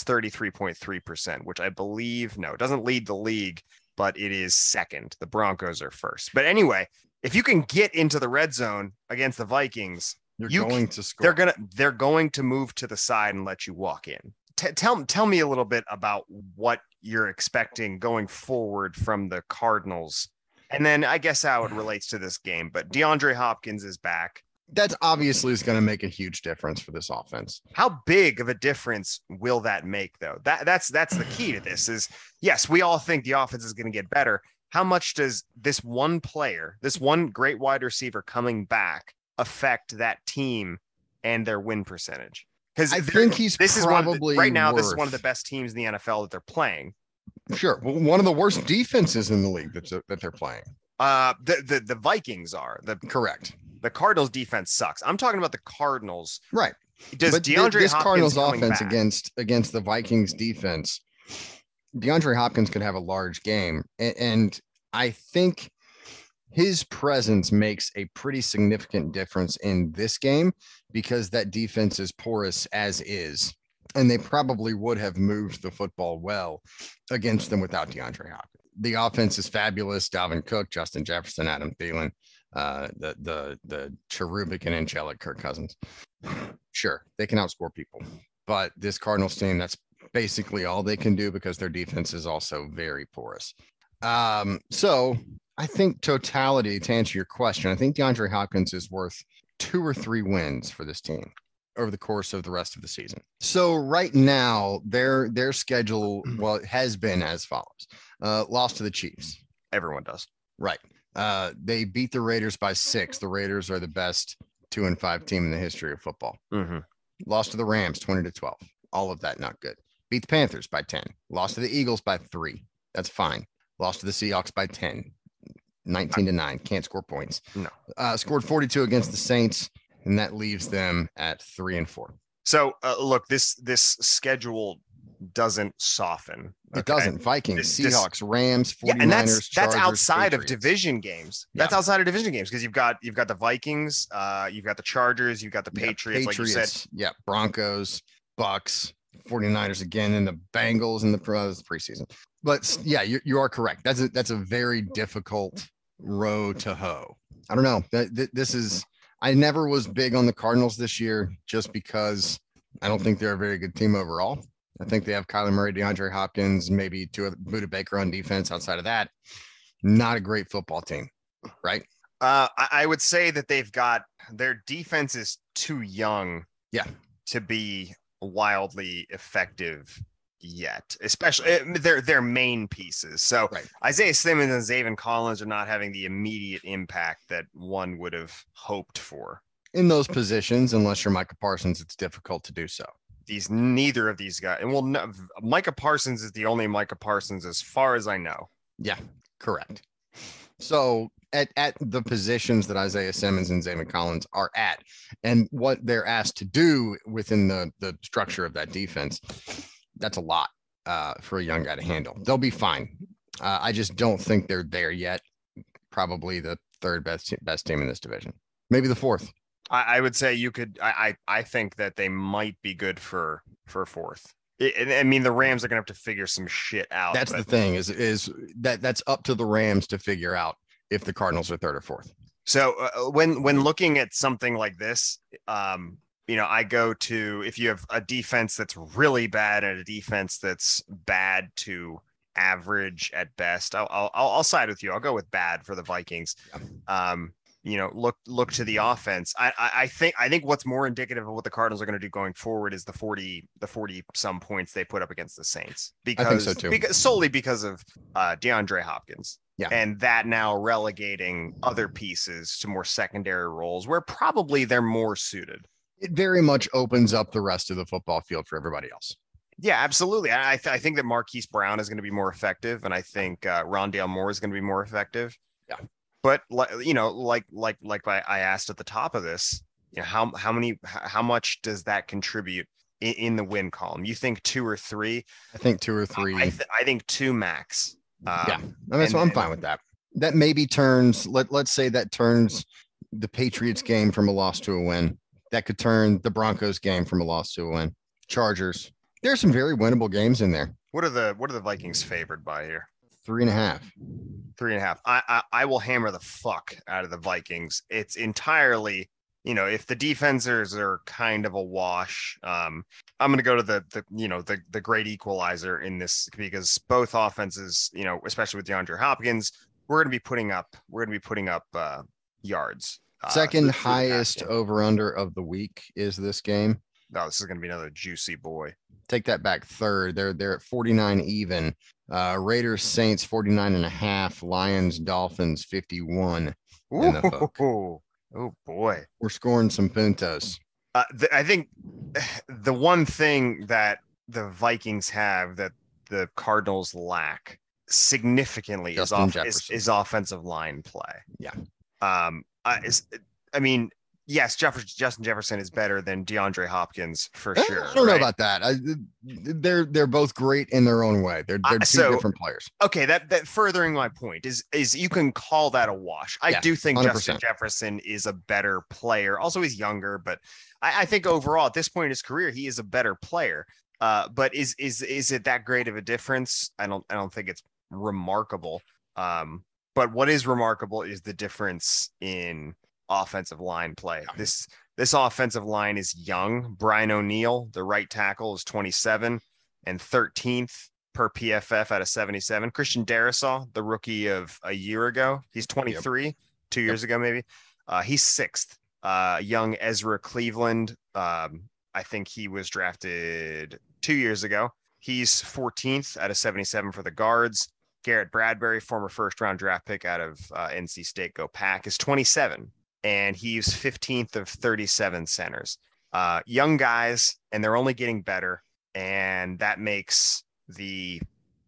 33.3%, which I believe, no, it doesn't lead the league, but it is second. The Broncos are first. But anyway, if you can get into the red zone against the Vikings, You're You going to score. they're gonna they're going to move to the side and let you walk in. T- tell tell me a little bit about what you're expecting going forward from the Cardinals, and then I guess how it relates to this game. But DeAndre Hopkins is back. That's obviously is going to make a huge difference for this offense. How big of a difference will that make, though? That that's that's the key to this. Is yes, we all think the offense is going to get better. How much does this one player, this one great wide receiver coming back, affect that team and their win percentage? Because I think he's this is one of the, probably right now. This is one of the worth- best teams in the NFL that they're playing. Sure. Well, one of the worst defenses in the league that that they're playing. Uh, the the the Vikings are the Correct. the Cardinals defense sucks. I'm talking about the Cardinals. Right. Does thi- DeAndre this Hopkins Cardinals coming offense back- against against the Vikings defense, DeAndre Hopkins could have a large game, and, and I think his presence makes a pretty significant difference in this game because that defense is porous as is, and they probably would have moved the football well against them without DeAndre Hopkins. The offense is fabulous. Dalvin Cook, Justin Jefferson, Adam Thielen, uh, the the the cherubic and angelic Kirk Cousins sure they can outscore people but this cardinals team that's basically all they can do because their defense is also very porous um so i think totality to answer your question i think deandre hopkins is worth two or three wins for this team over the course of the rest of the season so right now their their schedule well it has been as follows uh lost to the chiefs Everyone does. Right. Uh, they beat the Raiders by six. The Raiders are the best two and five team in the history of football. Mm-hmm. Lost to the Rams 20 to 12. All of that not good. Beat the Panthers by 10. Lost to the Eagles by three. That's fine. Lost to the Seahawks by 10. 19 to 9. Can't score points. No. Uh, scored 42 against the Saints. and that leaves them at three and four. So uh, look, this this schedule doesn't soften. It doesn't. Vikings, This- this- Seahawks, Rams, 49ers, Yeah, and that's that's Chargers, outside Patriots. of division games. That's Yeah. outside of division games because you've got you've got the Vikings, uh, you've got the Chargers, you've got the Yeah, Patriots, like you said. Patriots, yeah, Broncos, Bucks, 49ers again, and the Bengals in the pre- uh, preseason. But s- yeah, you, you are correct. That's a, that's a very difficult row to hoe. I don't know. That, that- this is I never was big on the Cardinals this year just because I don't think they're a very good team overall. I think they have Kyler Murray, DeAndre Hopkins, maybe two other Buda Baker on defense. Outside of that, not a great football team. Uh, I, I would say that they've got their defense is too young, Yeah. to be wildly effective yet. Especially uh, their their main pieces. So Right. Isaiah Simmons and Zayvon Collins are not having the immediate impact that one would have hoped for. In those positions, unless you're Micah Parsons, it's difficult to do so. These neither of these guys, and well, no, Micah Parsons is the only Micah Parsons as far as I know. Yeah, correct. So at, at the positions that Isaiah Simmons and Zayvon Collins are at, and what they're asked to do within the the structure of that defense, that's a lot uh, for a young guy to handle. They'll be fine. Uh, I just don't think they're there yet. Probably the third best best team in this division, maybe the fourth. I, I would say you could. I, I I think that they might be good for for fourth. I- and- I mean, the Rams are gonna have to figure some shit out. That's the but- thing is is that that's up to the Rams to figure out if the Cardinals are third or fourth. So uh, when when looking at something like this, um, you know, I go to if you have a defense that's really bad and a defense that's bad to average at best. I'll I'll, I'll I'll side with you. I'll go with bad for the Vikings. Um, you know, look look to the offense. I, I I think I think what's more indicative of what the Cardinals are going to do going forward is the forty the forty some points they put up against the Saints because so too. because solely because of uh, DeAndre Hopkins and that now relegating other pieces to more secondary roles where probably they're more suited. It very much opens up the rest of the football field for everybody else. Yeah, absolutely. I I, th- I think that Marquise Brown is going to be more effective, and I think uh, Rondale Moore is going to be more effective. Yeah. but like you know, like like like I, I asked at the top of this, you know, how how many h- how much does that contribute in, in the win column? You think two or three? I think two or three. I, I, th- I think two max. Um, yeah, I mean, so I'm and- fine with that. That maybe turns. Let Let's say that turns the Patriots game from a loss to a win. That could turn the Broncos game from a loss to a win. Chargers. There's some very winnable games in there. What are the what are the Vikings favored by here? Three and a half. three and a half. I, I I will hammer the fuck out of the Vikings. It's entirely, you know, if the defenders are kind of a wash, um, I'm gonna go to the the you know the the great equalizer in this because both offenses, you know, especially with DeAndre Hopkins, we're gonna be putting up we're gonna be putting up uh, yards. uh, Second through the pass highest game. over under of the week is this game. No, Oh, this is gonna be another juicy boy. Take that back third. They're they're at 49 even. Uh Raiders, Saints 49 and a half, Lions, Dolphins 51. And the hook. Ooh, oh boy. We're scoring some puntos. Uh, th- I think the one thing that the Vikings have that the Cardinals lack significantly is, Justin off- is, Jefferson. is offensive line play. Yeah. Um. I is, I mean, yes, Jefferson, Justin Jefferson is better than DeAndre Hopkins for Eh, sure. I don't know right? about that. I, they're they're both great in their own way. They're Uh, they're two so- different players. okay that that furthering my point is is you can call that a wash i Yeah, do think justin 100%. jefferson is a better player also he's younger but I, I think overall at this point in his career he is a better player uh but is is is it that great of a difference i don't i don't think it's remarkable um but what is remarkable is the difference in offensive line play this this offensive line is young brian o'neill the right tackle is 27 and 13th per PFF out of 77. Christian Darisaw, the rookie of a year ago, he's 23, two years ago maybe. Uh, he's sixth. Uh, young Ezra Cleveland, um, I think he was drafted two years ago. He's 14th out of 77 for the guards. Garrett Bradbury, former first round draft pick out of uh, NC State, go pack, is 27, and he's 15th of 37 centers. Uh, young guys, and they're only getting better, and that makes the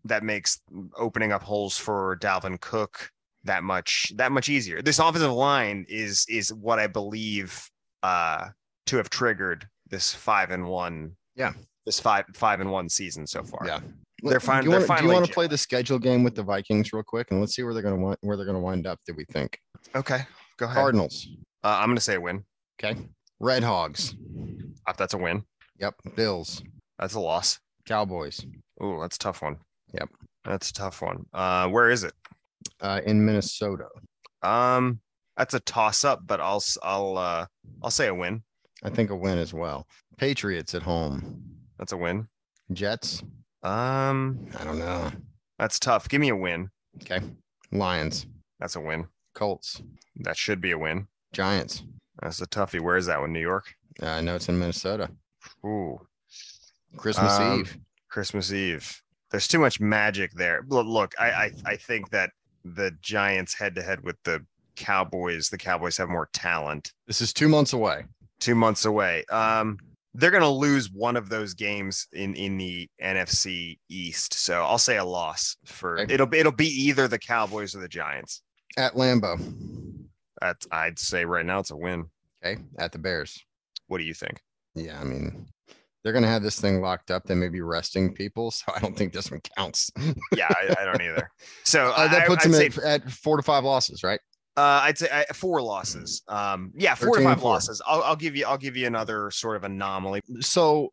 that makes opening up holes for Dalvin Cook that much that much easier. This offensive line is is what I believe uh, to have triggered this five and one. Yeah. This five five and one season so far. Yeah. They're fine- Do you wanna- they're do you finally want to gelling. play the schedule game with the Vikings real quick and let's see where they're going to where they're going to wind up? Do we think Okay. Go ahead. Cardinals? Uh, I'm gonna say win. Okay. Red Hogs. Uh, That's a win. Yep. Bills. That's a loss. Cowboys. Ooh, that's a tough one. Yep. That's a tough one. Uh, where is it? Uh, in Minnesota. Um, that's a toss up, but I'll s- I'll uh I'll say a win. I think a win as well. Patriots at home. That's a win. Jets. Um, I don't know. that's tough. Give me a win. Okay. Lions. That's a win. Colts. That should be a win. Giants. That's a toughie. Where is that one? New York. Uh, I know it's in Minnesota. Ooh, Christmas Um, Eve. Christmas Eve. There's too much magic there. Look, look I, I I think that the Giants head to head with the Cowboys. The Cowboys have more talent. This is two months away. two months away. Um, they're going to lose one of those games in in the NFC East. So I'll say a loss for Okay. it'll be it'll be either the Cowboys or the Giants. At Lambeau. That's I'd say right now it's a win. Okay. At the Bears. What do you think? Yeah. I mean, they're going to have this thing locked up. They may be resting people. So I don't think this one counts. Yeah, I, I don't either. So Uh, that I- puts I'd them say, at, at four to five losses, right? uh, I'd say uh, four losses. Um, yeah, four 13 to and five four. losses. I'll, I'll give you I'll give you another sort of anomaly. So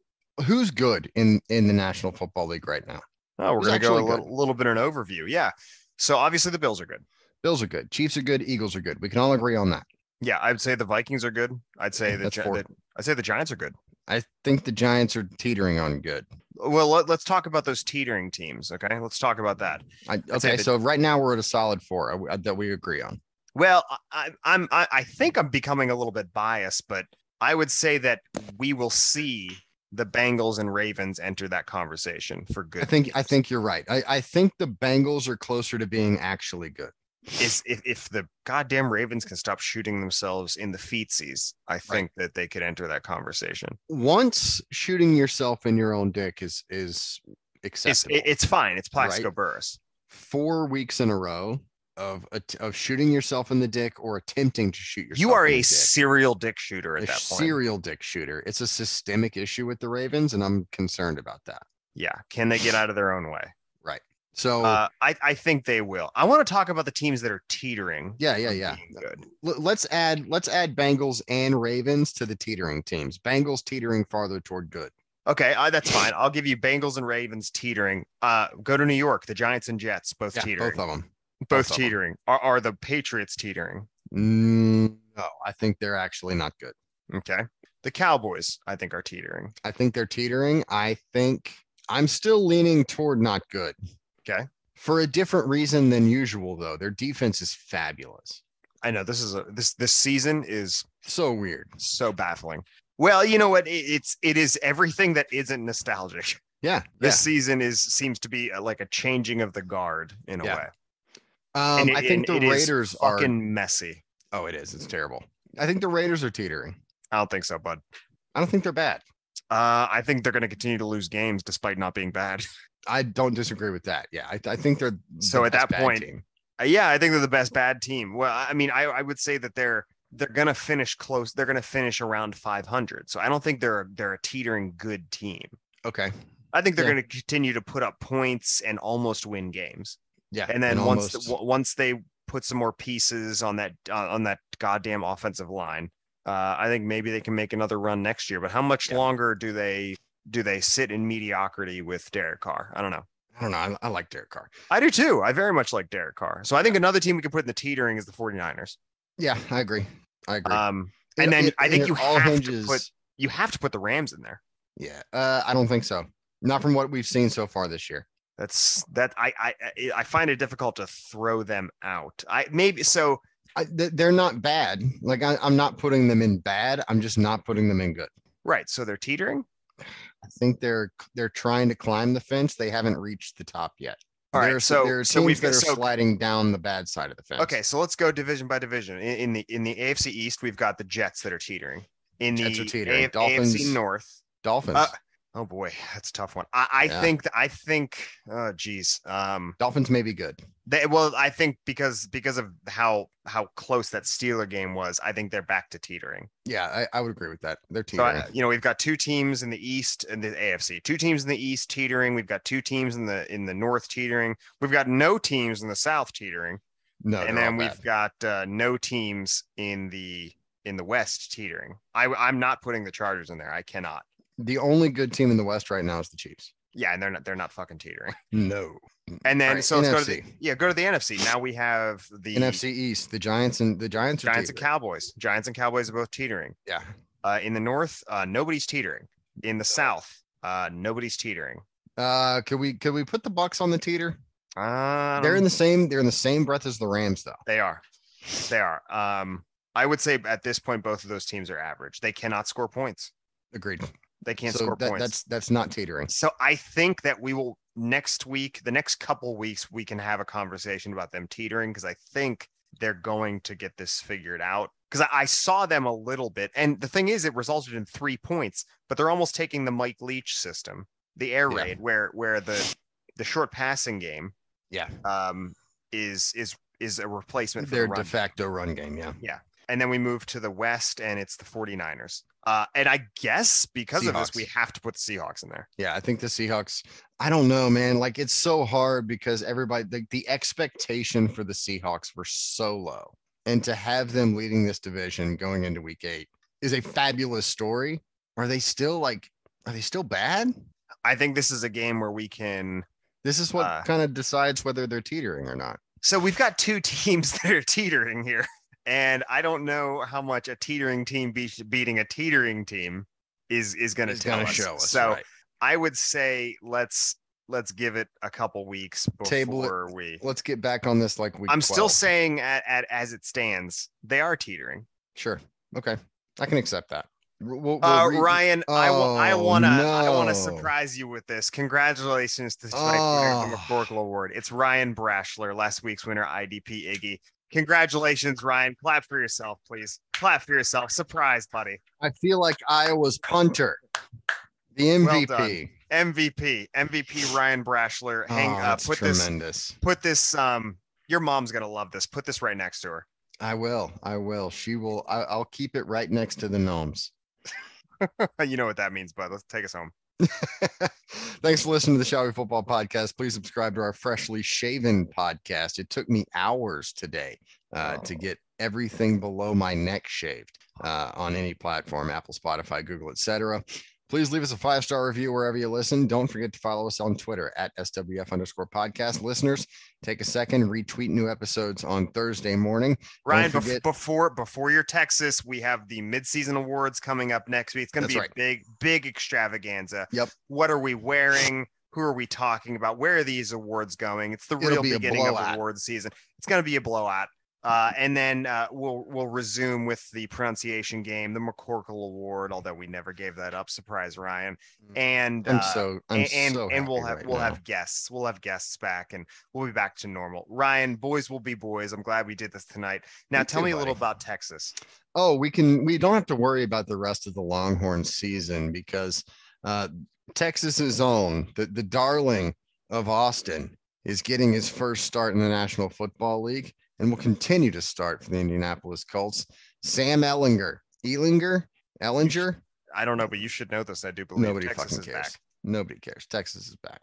who's good in in the National Football League right now? Oh, we're Who's going to go actually a little, little bit of an overview. Yeah. So obviously the Bills are good. Bills are good. Chiefs are good. Eagles are good. We can all agree on that. Yeah, I'd say the Vikings are good. I'd say the, That's Gi- four. the I'd say the Giants are good. I think the Giants are teetering on good. well let, us talk about those teetering teams okay let's talk about that I, say okay, that- so right now we're at a solid four uh, that we agree on. well I- I, i'm I, I think i'm becoming a little bit biased but i would say that we will see the bengals and ravens enter that conversation for good I think I think you're right. I, I think the Bengals are closer to being actually good. is if, if the goddamn ravens can stop shooting themselves in the feetsies i think that they could enter that conversation Once shooting yourself in your own dick is is it's, acceptable. it- it's fine it's Right. plaxico burris Four weeks in a row of att- of shooting yourself in the dick or attempting to shoot yourself. you are in the a dick. serial dick shooter at a that point serial dick shooter. It's a systemic issue with the Ravens, and I'm concerned about that. yeah can they get out of their own way So uh, I, I think they will i want to talk about the teams that are teetering yeah, yeah, yeah. being good. L- let's add let's add Bengals and Ravens to the teetering teams. Bengals teetering farther toward good. Okay, uh, that's fine. I'll give you Bengals and Ravens teetering. Uh, go to New York. The Giants and Jets both Yeah, teetering. both Both, of them. both of 'em. teetering. Are, are the Patriots teetering? Mm, no, I think they're actually not good. Okay. The Cowboys, I think, are teetering. I think they're teetering. I think I'm still leaning toward not good. Okay. For a different reason than usual, though. Their defense is fabulous. I know this is a this this season is So weird. so baffling. Well, you know what? It, it's it is everything that isn't nostalgic. Yeah. This season is seems to be uh like a changing of the guard in a Yeah. way. yeah. Um, and I it- think the and it is Raiders are Fucking messy. Oh, it is. It's terrible. I think the Raiders are teetering. I don't think so, bud. I don't think they're bad. Uh, I think they're going to continue to lose games despite not being bad. I don't disagree with that. Yeah, I, I think they're the So at best that bad point- team. Uh, yeah, I think they're the best bad team. Well, I I mean, I, I would say that they're they're gonna finish close. They're gonna finish around 500. So I don't think they're they're a teetering good team. okay, I think they're Yeah. gonna continue to put up points and almost win games. yeah, And then once almost- the, w- once they put some more pieces on that uh, on that goddamn offensive line, uh, I think maybe they can make another run next year. But how much Yeah. longer do they do they sit in mediocrity with Derek Carr? I don't know. I don't know. I, I like Derek Carr. I do too. I very much like Derek Carr. So I think another team we could put in the teetering is the 49ers. Yeah, I agree. I agree. Um, and then I think you have to put- you have to put the Rams in there. yeah, uh, I don't think so. Not from what we've seen so far this year. That's that I I I- I find it difficult to throw them out. I maybe so I, th- they're not bad. Like I, I'm not putting them in bad. I'm just not putting them in good. right. So they're teetering. I think they're they're trying to climb the fence. They haven't reached the top yet. All right, There's- so- there are so teams we've that got- are so- sliding down the bad side of the fence. Okay, so let's go division by division. In, in the in the AFC East, we've got the Jets that are teetering. In the Jets are teetering. A- Dolphins- AFC North, Dolphins. Uh, Oh boy, that's a tough one. I, I Yeah. think I think oh geez. Um Dolphins may be good. they well, I think because because of how how close that Steeler game was, I think they're back to teetering. Yeah, I, I would agree with that. They're So uh, teetering. I, you know, we've got two teams in the East and the AFC, two teams in the East teetering. We've got two teams in the in the North teetering. We've got no teams in the South teetering, no, and Oh, they're all then bad. we've got uh, no teams in the in the West teetering. I I'm not putting the Chargers in there. I cannot. the only good team in the West right now is the Chiefs. Yeah, and they're not they're not fucking teetering. No, And then right, so let's go to the NFC. yeah go to the NFC. Now we have the NFC East, the Giants and the Giants are Giants and teetering. Cowboys. Giants and Cowboys are both teetering. yeah, Uh, in the North, uh, nobody's teetering. In the South, uh, nobody's teetering. Uh, could we could we put the Bucks on the teeter? Uh, They're in the same. They're in the same breath as the Rams, though. They are. They are. Um, I would say at this point, both of those teams are average. They cannot score points. Agreed. They can't so score that, points. that's that's not teetering. So I think that we will next week, the next couple weeks, we can have a conversation about them teetering because I think they're going to get this figured out. Because I, I saw them a little bit, and the thing is, it resulted in three points, but they're almost taking the Mike Leach system, the air Yeah. raid, where where the the short passing game, Yeah. um, is is is a replacement for Their the run de facto run game. Yeah. and then we move to the west and it's the 49ers uh, and i guess because of this Seahawks. we have to put the seahawks in there Yeah, I think the Seahawks. I don't know, man. Like it's so hard because everybody like the expectation for the Seahawks were so low, and to have them leading this division going into Week Eight is a fabulous story. Are they still like? Are they still bad? i think this is a game where we can This is what Uh, kind of decides whether they're teetering or not. so we've got two teams that are teetering here and i don't know how much a teetering team be- beating a teetering team is is going to It's tell gonna us. show us. so right. i would say let's let's give it a couple weeks before Table it. we let's get back on this. Like week. i'm still 12. saying at, at as it stands they are teetering Sure. Okay. I can accept that. We'll- we'll- we'll Uh, re- Ryan, I wa- I Oh, wanna I no. wanna surprise you with this. Congratulations to tonight's winner of the Oh. Oracle Award. It's Ryan Brashler, last week's winner, IDP Iggy. Congratulations, Ryan. Clap for yourself, please. Clap for yourself. Surprise, buddy. I feel like Iowa's punter, the MVP. done. MVP, MVP Ryan Brashler. Hang oh, uh, that's put this tremendous. put this um your mom's gonna love this. Put this right next to her. I will. I will. She will. I, I'll keep it right next to the gnomes. you know what that means, bud. Let's take us home. Thanks for listening to the Shall We Football podcast. Please subscribe to our freshly shaven podcast. It took me hours today uh, Oh. to get everything below my neck shaved uh, on any platform Apple, Spotify, Google, etc. Please leave us a five star review wherever you listen. Don't forget to follow us on Twitter at SWF underscore podcast. Listeners, take a second, retweet new episodes on Thursday morning. Ryan, Don't bef- forget- before before your Texas, we have the midseason awards coming up next week. It's going to That's be a right. big, big extravaganza. Yep. What are we wearing? Who are we talking about? Where are these awards going? It's the It'll real be a beginning of blowout. award season. It's going to be a blowout. Uh, and then uh, we'll we'll resume with the pronunciation game, the McCorkle Award, although we never gave that up. Surprise, Ryan. Mm. And I'm uh, so I'm and and, so and we'll happy have right we'll now. have guests we'll have guests back and we'll be back to normal ryan boys will be boys i'm glad we did this tonight now You tell too, me a little buddy. about texas oh we can we don't have to worry about the rest of the longhorn season because uh texas's own the, the darling of austin is getting his first start in the national football league and will continue to start for the indianapolis colts sam ellinger ellinger ellinger i don't know but you should know this i do believe nobody texas fucking is cares back nobody cares texas is back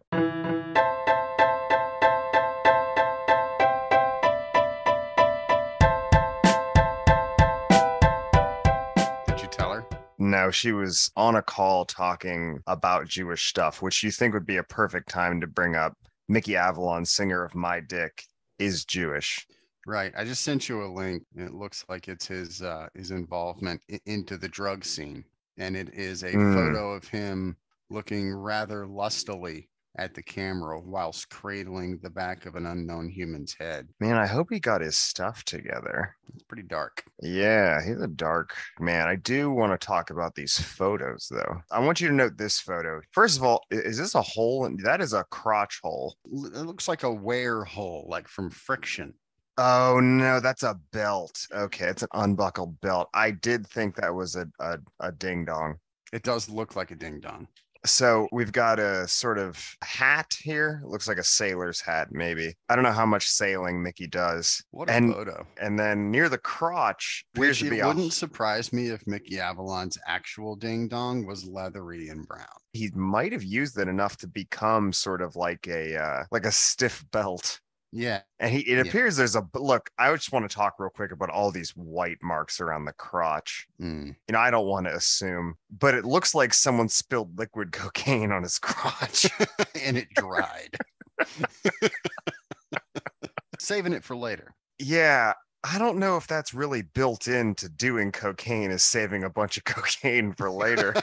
Did you tell her? no she was on a call talking about jewish stuff which you think would be a perfect time to bring up mickey avalon singer of my dick is jewish Right. I just sent you a link. and It looks like it's his uh his involvement i- into the drug scene. And it is a Hmm. Mm. photo of him looking rather lustily at the camera whilst cradling the back of an unknown human's head. man i hope he got his stuff together It's pretty dark. Yeah, he's a dark man. I do want to talk about these photos, though. I want you to note this photo. First of all, i- is this a hole? in- That is a crotch hole. L- It looks like a wear hole, like from friction. Oh no, that's a belt. Okay, it's an unbuckled belt. I did think that was a a, a ding dong. It does look like a ding dong. So we've got a sort of hat here. Looks like a sailor's hat, maybe. I don't know how much sailing Mickey does. What a And- photo. And then near the crotch, appears Which to it be a- wouldn't surprise me if Mickey Avalon's actual ding dong was leathery and brown. he might have used it enough to become sort of like a uh, like a stiff belt. Yeah. And he, it Yeah. appears there's a look. I just want to talk real quick about all these white marks around the crotch. Mm. you know, I don't want to assume, but it looks like someone spilled liquid cocaine on his crotch. and it dried. Saving it for later. yeah, I don't know if that's really built into doing cocaine is saving a bunch of cocaine for later.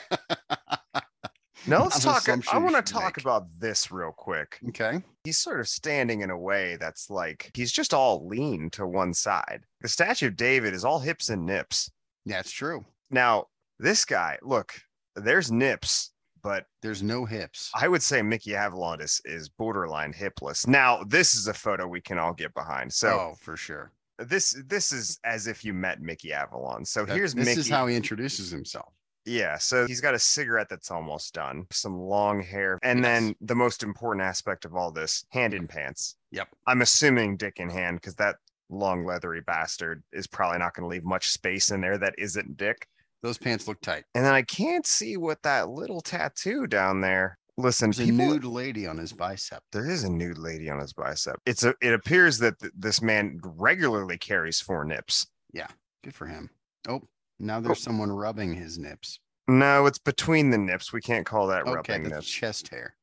now let's An talk. assumption I you want should to talk make. about this real quick. Okay. He's sort of standing in a way that's like he's just all lean to one side. The statue of David is all hips and nips. That's true. Now, this guy, look, there's nips, but There's no hips. I would say Mickey Avalon is is borderline hipless. Now, this is a photo we can all get behind. So oh, for sure. this this is as if you met Mickey Avalon. So That- here's this Mickey. is how he introduces himself. yeah. So he's got a cigarette that's almost done, some long hair, and Yes. then the most important aspect of all this, hand in pants. Yep. I'm assuming dick in hand because that long leathery bastard is probably not going to leave much space in there that isn't dick. Those pants look tight. And then I can't see what that little tattoo down there. Listen, There's a people, nude lady on his bicep. there is a nude lady on his bicep. It's a. It appears that th- this man regularly carries four nips. Good for him. Oh, now there's someone rubbing his nips. No, it's between the nips. We can't call that Okay, rubbing that's nips. chest hair.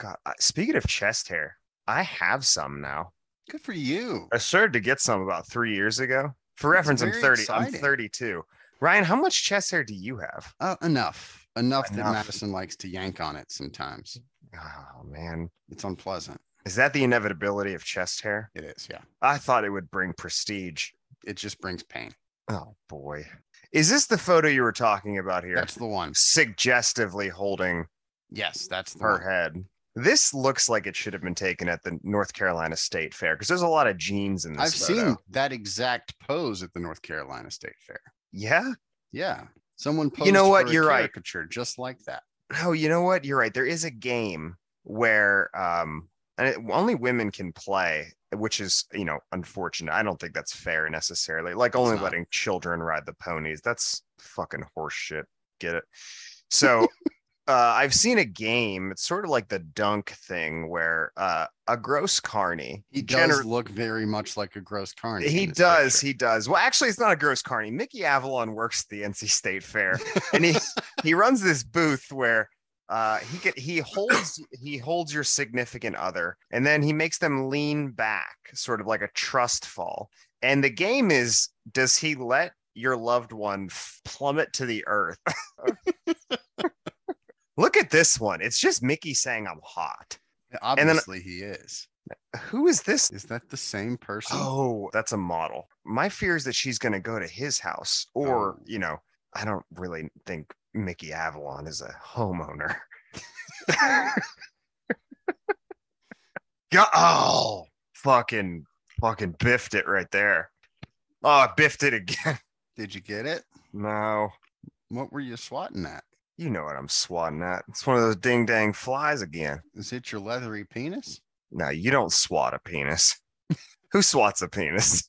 God, I- speaking of chest hair, I have some now. Good for you. I started to get some about three years ago. For That's reference, I'm very thirty. exciting. I'm thirty-two. Ryan, how much chest hair do you have? Uh, enough. Enough that Enough. Madison likes to yank on it sometimes. Oh man, It's unpleasant. is that the inevitability of chest hair? It is, yeah. I thought it would bring prestige. It just brings pain. Oh boy, is this the photo you were talking about here? That's the one. Suggestively holding Yes, that's the her one. head. This looks like it should have been taken at the North Carolina State Fair because there's a lot of jeans in this. I've photo. seen that exact pose at the North Carolina State Fair. Yeah. Yeah. Someone posed You know what? for a You're right. caricature just like that. Oh, you know what? You're right. There is a game where um, and it, only women can play, which is you know unfortunate. I don't think that's fair necessarily. Like only not. letting children ride the ponies. That's fucking horseshit. Get it? So. Uh, I've seen a game. It's sort of like the dunk thing, where uh, a gross carny He gener- does look very much like a gross carny. He in this does. picture. He does. Well, actually, it's not a gross carny. Mickey Avalon works at the NC State Fair, and he he runs this booth where uh, he get he holds he holds your significant other, and then he makes them lean back, sort of like a trust fall. And the game is: does he let your loved one f- plummet to the earth? Look at this one. It's just Mickey saying I'm hot. then- Obviously, he is. Who is this Is that the same person? Oh, that's a model. My fear is that she's going to go to his house, or Oh. you know, I don't really think Mickey Avalon is a homeowner. Go- oh, fucking, fucking biffed it right there. Oh, I biffed it again. Did you get it? No, What were you swatting at? you know what I'm swatting at. It's one of those ding dang flies again. Is it your leathery penis? No, you don't swat a penis. Who swats a penis?